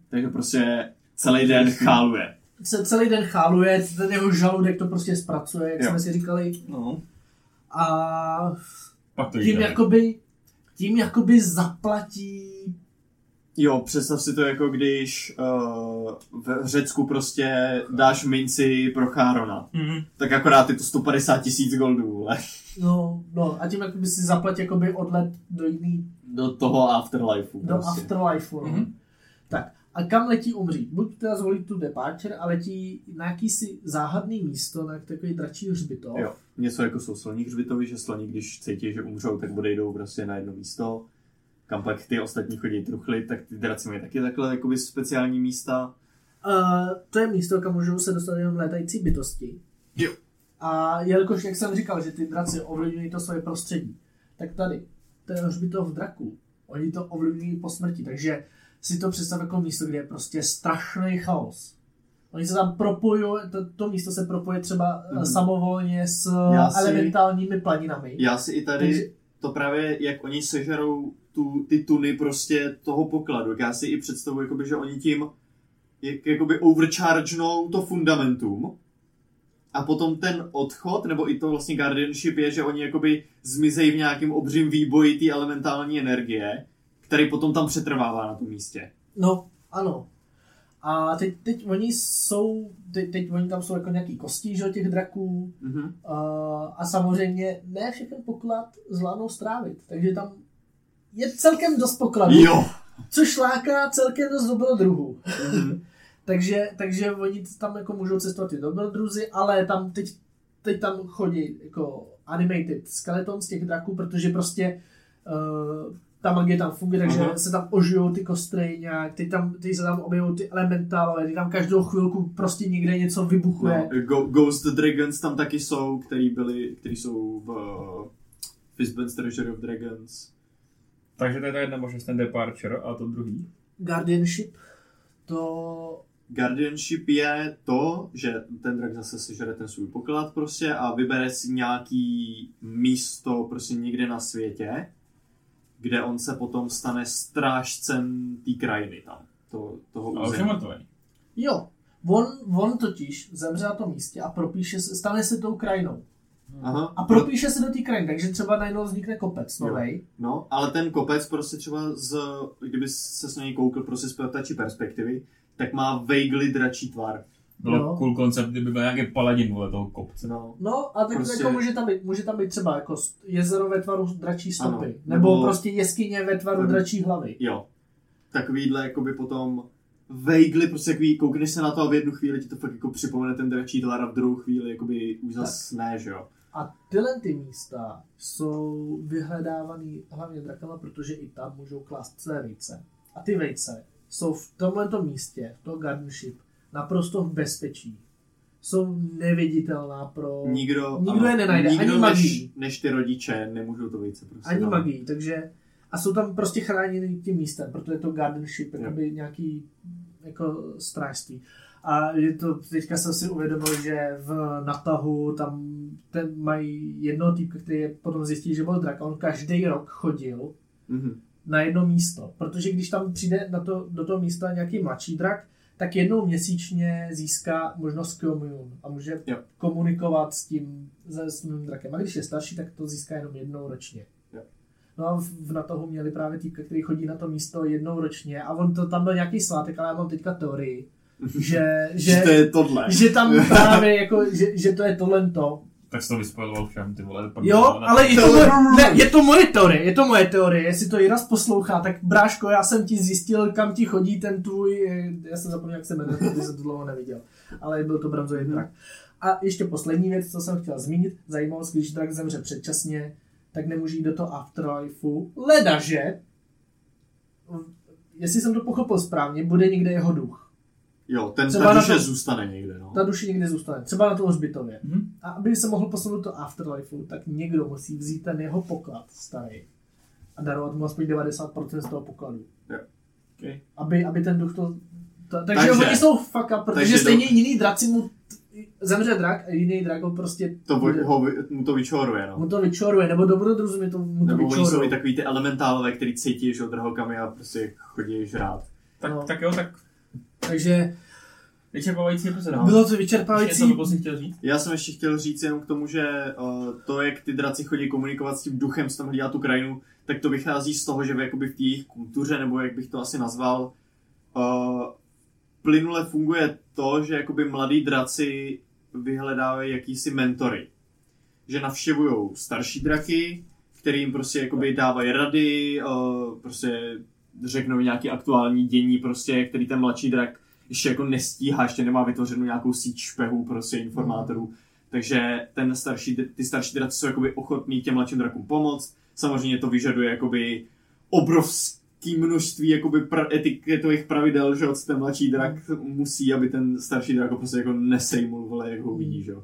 [SPEAKER 4] Takže prostě celý den cháluje.
[SPEAKER 3] Se celý den cháluje, ten jeho žaludek to prostě zpracuje, jak
[SPEAKER 4] Jo.
[SPEAKER 3] jo. jsme si říkali.
[SPEAKER 4] No.
[SPEAKER 3] A
[SPEAKER 2] Pak to
[SPEAKER 3] tím jako
[SPEAKER 2] jde.
[SPEAKER 3] jakoby, tím jakoby zaplatí
[SPEAKER 4] Jo, představ si to jako když uh, v Řecku prostě dáš minci pro Chárona.
[SPEAKER 2] Mhm.
[SPEAKER 4] Tak akorát je to 150 tisíc goldů, ale <laughs>
[SPEAKER 3] No, no, a tím jakoby si zaplat jakoby odlet do jiný
[SPEAKER 4] do toho afterlifeu.
[SPEAKER 3] do
[SPEAKER 4] prostě.
[SPEAKER 3] afterlifeu. No.
[SPEAKER 5] Mhm.
[SPEAKER 3] Tak a kam letí umřít? Buď teda zvolí tu departure a letí na jakýsi záhadný místo, na takový dračí hřbitov.
[SPEAKER 4] Jo. Něco jako jsou sloní hřbitovi, že sloni, když cítí, že umřou, tak odejdou prostě na jedno místo. Kam pak ty ostatní chodí truchlit, tak ty draci mají taky takhle jakoby speciální místa.
[SPEAKER 3] Uh, to je místo, kam můžou se dostat jenom létající bytosti.
[SPEAKER 4] Jo.
[SPEAKER 3] A jelikož, jak jsem říkal, že ty draci ovlivňují to svoje prostředí, tak tady, to je hřbitov draků. Oni to ovlivňují po smrti, takže si to představ jako místo, kde je prostě strašný chaos. Oni se tam propojují, to, to místo se propoje třeba mm.
[SPEAKER 4] Mhm.
[SPEAKER 3] samovolně s
[SPEAKER 4] Já si-
[SPEAKER 3] elementálními planinami.
[SPEAKER 4] Já si i tady
[SPEAKER 3] Takže-
[SPEAKER 4] to právě, jak oni sežerou tu, ty tuny prostě toho pokladu, jak já si i představuji, jakoby, že oni tím jak, jakoby overchargenou to fundamentum a potom ten odchod, nebo i to vlastně guardianship je, že oni jakoby zmizejí v nějakém obřím výboji té elementální energie, který potom tam přetrvává na tom místě.
[SPEAKER 3] No, ano. A teď, teď oni jsou, teď, teď oni tam jsou jako nějaký kosti, že jo, těch draků.
[SPEAKER 4] Mm-hmm.
[SPEAKER 3] Uh, a samozřejmě ne všechen poklad zvládnou strávit, takže tam je celkem dost pokladů,
[SPEAKER 4] Jo.
[SPEAKER 3] což láká celkem dost dobrodruhů. Takže, takže oni tam jako můžou cestovat i dobrodruzi, ale tam teď, teď tam chodí jako animated skeleton z těch draků, protože prostě uh, ta magie tam funguje, takže
[SPEAKER 4] Aha.
[SPEAKER 3] uh-huh. se tam ožijou ty kostry nějak, teď, tam, teď se tam objevují ty elementálové, teď tam každou chvilku prostě někde něco vybuchuje.
[SPEAKER 4] no, Go- Ghost Dragons tam taky jsou, který byli, který jsou v uh, Fistband's Treasure of Dragons.
[SPEAKER 2] Takže to je ta jedna možnost, ten departure a to druhý.
[SPEAKER 3] Guardianship, to
[SPEAKER 4] Guardianship je to, že ten drak zase sežere ten svůj poklad prostě a vybere si nějaký místo prostě někde na světě, kde on se potom stane strážcem té krajiny tam. To, toho
[SPEAKER 2] A už je
[SPEAKER 4] území.
[SPEAKER 2] mrtvý.
[SPEAKER 3] jo, on, on totiž zemře na tom místě a propíše, se- stane se tou krajinou.
[SPEAKER 4] Aha.
[SPEAKER 3] A propíše se do té krajiny, takže třeba najednou vznikne kopec
[SPEAKER 4] Jo.
[SPEAKER 3] novej.
[SPEAKER 4] No, ale ten kopec prostě třeba z, kdyby se na něj koukl prostě z ptačí perspektivy, tak má vaguely dračí tvar.
[SPEAKER 2] Bylo
[SPEAKER 3] Jo.
[SPEAKER 2] cool koncept, kdyby byl nějaký paladin vole toho kopce.
[SPEAKER 4] No.
[SPEAKER 3] No a tak
[SPEAKER 4] Prostě-
[SPEAKER 3] prostě... jako může tam, být, může tam být třeba jako st- jezero ve tvaru dračí stopy,
[SPEAKER 4] Ano,
[SPEAKER 3] ano, nebo,
[SPEAKER 4] nebo-
[SPEAKER 3] nebo prostě jeskyně ve tvaru
[SPEAKER 4] Nebo-
[SPEAKER 3] dračí hlavy.
[SPEAKER 4] Jo. Takovýhle jakoby potom vaguely, prostě takový, koukneš se na to a v jednu chvíli ti to fakt jako připomene ten dračí tvar a v druhou chvíli jakoby už zas ne, že jo.
[SPEAKER 3] A tyhle ty místa jsou vyhledávaný hlavně drakama, protože i tam můžou klást své vejce. A ty vejce jsou v tomto místě, v tom guardianship, naprosto v bezpečí. Jsou neviditelná pro
[SPEAKER 4] Nikdo,
[SPEAKER 3] Nikdo je nenajde, ani
[SPEAKER 4] nikdo než,
[SPEAKER 3] magií.
[SPEAKER 4] než, ty rodiče nemůžou to vejce prostě.
[SPEAKER 3] ani
[SPEAKER 4] no.
[SPEAKER 3] magii, takže a jsou tam prostě chráněny tím místem, protože je to guardianship, jakoby nějaký jako strážství. A je to, teďka jsem si uvědomil, že v natahu tam ten mají jednoho týpka, který je potom zjistí, že byl drak. a On každý rok chodil
[SPEAKER 4] Mhm.
[SPEAKER 3] na jedno místo, protože když tam přijde na to, do toho místa nějaký mladší drak, tak jednou měsíčně získá možnost commune a může
[SPEAKER 4] Jo.
[SPEAKER 3] komunikovat s tím se svým drakem. A když je starší, tak to získá jenom jednou ročně.
[SPEAKER 4] Jo.
[SPEAKER 3] No a v- v Natohu měli právě týpka, který chodí na to místo jednou ročně a on to tam byl nějaký svátek, ale já mám teďka
[SPEAKER 4] <laughs>
[SPEAKER 3] teorii, že,
[SPEAKER 4] Že
[SPEAKER 3] že,
[SPEAKER 4] to je tohle.
[SPEAKER 3] že tam právě jako, že, že to je tohle to.
[SPEAKER 2] Tak jsi to vyspojoval všem, ty vole. prdele,
[SPEAKER 3] Jo,
[SPEAKER 2] na-
[SPEAKER 3] ale je to, moje, ne, je to moje teorie, je to moje teorie, jestli to Jiras poslouchá, tak bráško, já jsem ti zjistil, kam ti chodí ten tvůj, eh, já jsem zapomněl, jak se jmenuje, protože jsem to dlouho neviděl, ale byl to bronzový drak. A ještě poslední věc, co jsem chtěl zmínit, zajímavost, když drak zemře předčasně, tak nemůže jít do toho afterlifeu, ledaže, hm, jestli jsem to pochopil správně, bude někde jeho duch.
[SPEAKER 4] Jo, ten
[SPEAKER 3] Třeba
[SPEAKER 4] ta
[SPEAKER 3] na
[SPEAKER 4] duše
[SPEAKER 3] to-
[SPEAKER 4] zůstane někde, no.
[SPEAKER 3] Ta duše někde zůstane, třeba na tom hřbitově.
[SPEAKER 2] Hm?
[SPEAKER 3] A aby se mohl posunout do Afterlifeu, tak někdo musí vzít ten jeho poklad starý a darovat mu aspoň 90% z toho pokladu.
[SPEAKER 4] Jo.
[SPEAKER 2] Ok.
[SPEAKER 3] Aby, aby ten duch to... to takže,
[SPEAKER 4] Takže-
[SPEAKER 3] takže oni jsou fuck up, protože
[SPEAKER 4] takže
[SPEAKER 3] stejně
[SPEAKER 4] do-
[SPEAKER 3] jiný draci mu t- zemře drak a jiný drak ho prostě
[SPEAKER 4] To vo- ho, vy- mu to vyčoruje, no.
[SPEAKER 3] mu to vyčoruje, nebo dobrodruzi mi to mu to
[SPEAKER 4] Nebo oni jsou i
[SPEAKER 3] vyčoruje.
[SPEAKER 4] takový ty elementálové, který cítí, že od drahokamy a prostě chodí žrát.
[SPEAKER 2] Tak,
[SPEAKER 3] No.
[SPEAKER 2] tak jo, tak
[SPEAKER 3] Takže
[SPEAKER 2] vyčerpávající epizoda.
[SPEAKER 3] bylo to
[SPEAKER 2] Ještě něco
[SPEAKER 3] vyčerpávající.
[SPEAKER 2] to si chtěl říct?
[SPEAKER 4] Já jsem ještě chtěl říct jenom k tomu, že uh, to, jak ty draci chodí komunikovat s tím duchem, co tam hlídá tu krajinu, tak to vychází z toho, že v, jakoby v té jejich kultuře, nebo jak bych to asi nazval, uh, plynule funguje to, že jakoby mladí draci vyhledávají jakýsi mentory. Že navštěvují starší draky, kterým prostě jakoby dávají rady, eh, prostě řeknou nějaký aktuální dění, prostě, který ten mladší drak ještě jako nestíhá, ještě nemá vytvořenou nějakou síť špehů, prostě informátorů. Takže ten starší, ty starší draci jsou jakoby ochotní těm mladším drakům pomoct. Samozřejmě to vyžaduje jakoby obrovský množství jakoby pra, etiketových pravidel, že jo, co ten mladší drak musí, aby ten starší drak ho prostě jako nesejmul, vole, jak ho vidí, že jo.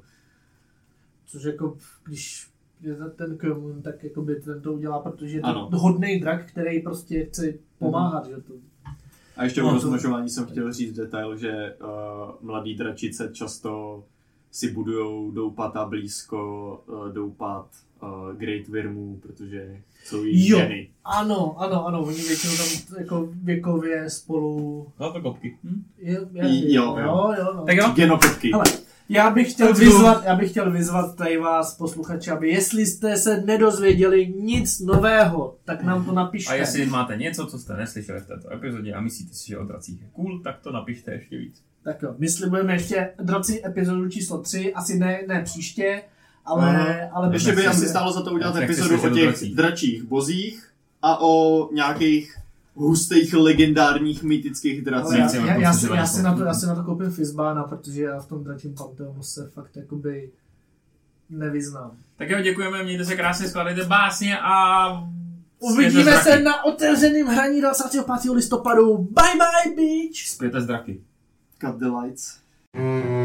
[SPEAKER 3] Což jako, když je za ten Krmun, tak jako by ten to udělá, protože je
[SPEAKER 4] Ano.
[SPEAKER 3] to hodný drak, který prostě chce pomáhat, že to.
[SPEAKER 4] A ještě
[SPEAKER 3] No,
[SPEAKER 4] o
[SPEAKER 3] to-
[SPEAKER 4] rozmnožování jsem chtěl říct detail, že uh, mladí dračice často si budujou doupata blízko uh, doupat uh, Great Virmů, protože jsou jí
[SPEAKER 3] Jo.
[SPEAKER 4] ženy.
[SPEAKER 3] Ano, ano, ano, oni většinou tam jako věkově spolu...
[SPEAKER 2] No to kopky. Hm?
[SPEAKER 3] Je,
[SPEAKER 4] I- jo, jo.
[SPEAKER 3] jo, jo no.
[SPEAKER 2] Tak jo,
[SPEAKER 4] Genokopky.
[SPEAKER 3] Hele, já bych, chtěl
[SPEAKER 2] Let's go.
[SPEAKER 3] vyzvat, já bych chtěl vyzvat tady vás posluchače, aby jestli jste se nedozvěděli nic nového, tak nám to napište.
[SPEAKER 2] A jestli máte něco, co jste neslyšeli v této epizodě a myslíte si, že o dracích je cool, tak to napište ještě víc.
[SPEAKER 3] Tak jo, my slibujeme ještě draci epizodu číslo 3, asi ne, ne příště, ale...
[SPEAKER 4] Aha.
[SPEAKER 3] ale
[SPEAKER 4] Ještě by
[SPEAKER 3] myslím,
[SPEAKER 4] asi
[SPEAKER 3] že-
[SPEAKER 4] stálo za to udělat
[SPEAKER 2] Nechci
[SPEAKER 4] epizodu
[SPEAKER 2] slyšet
[SPEAKER 4] o
[SPEAKER 2] o
[SPEAKER 4] těch
[SPEAKER 2] dracích.
[SPEAKER 4] dračích bozích a o nějakých hustých legendárních mýtických
[SPEAKER 3] Ale
[SPEAKER 4] dracích.
[SPEAKER 3] já,
[SPEAKER 2] Nechci,
[SPEAKER 3] já,
[SPEAKER 2] abychom
[SPEAKER 3] já,
[SPEAKER 2] si
[SPEAKER 3] si,
[SPEAKER 2] dělali
[SPEAKER 3] já, si
[SPEAKER 2] srandu.
[SPEAKER 3] na to, já si na to koupím Fizbána, protože já v tom dračím panteonu se fakt jakoby nevyznám.
[SPEAKER 2] Tak jo, děkujeme, mějte se krásně, skladejte básně a...
[SPEAKER 3] Uvidíme
[SPEAKER 2] Zpěte s
[SPEAKER 3] se
[SPEAKER 2] draky.
[SPEAKER 3] na otevřeném hraní 25. listopadu. Bye bye, bitch!
[SPEAKER 2] Zpěte z draky.
[SPEAKER 4] Cut the lights.
[SPEAKER 6] Mm-hmm.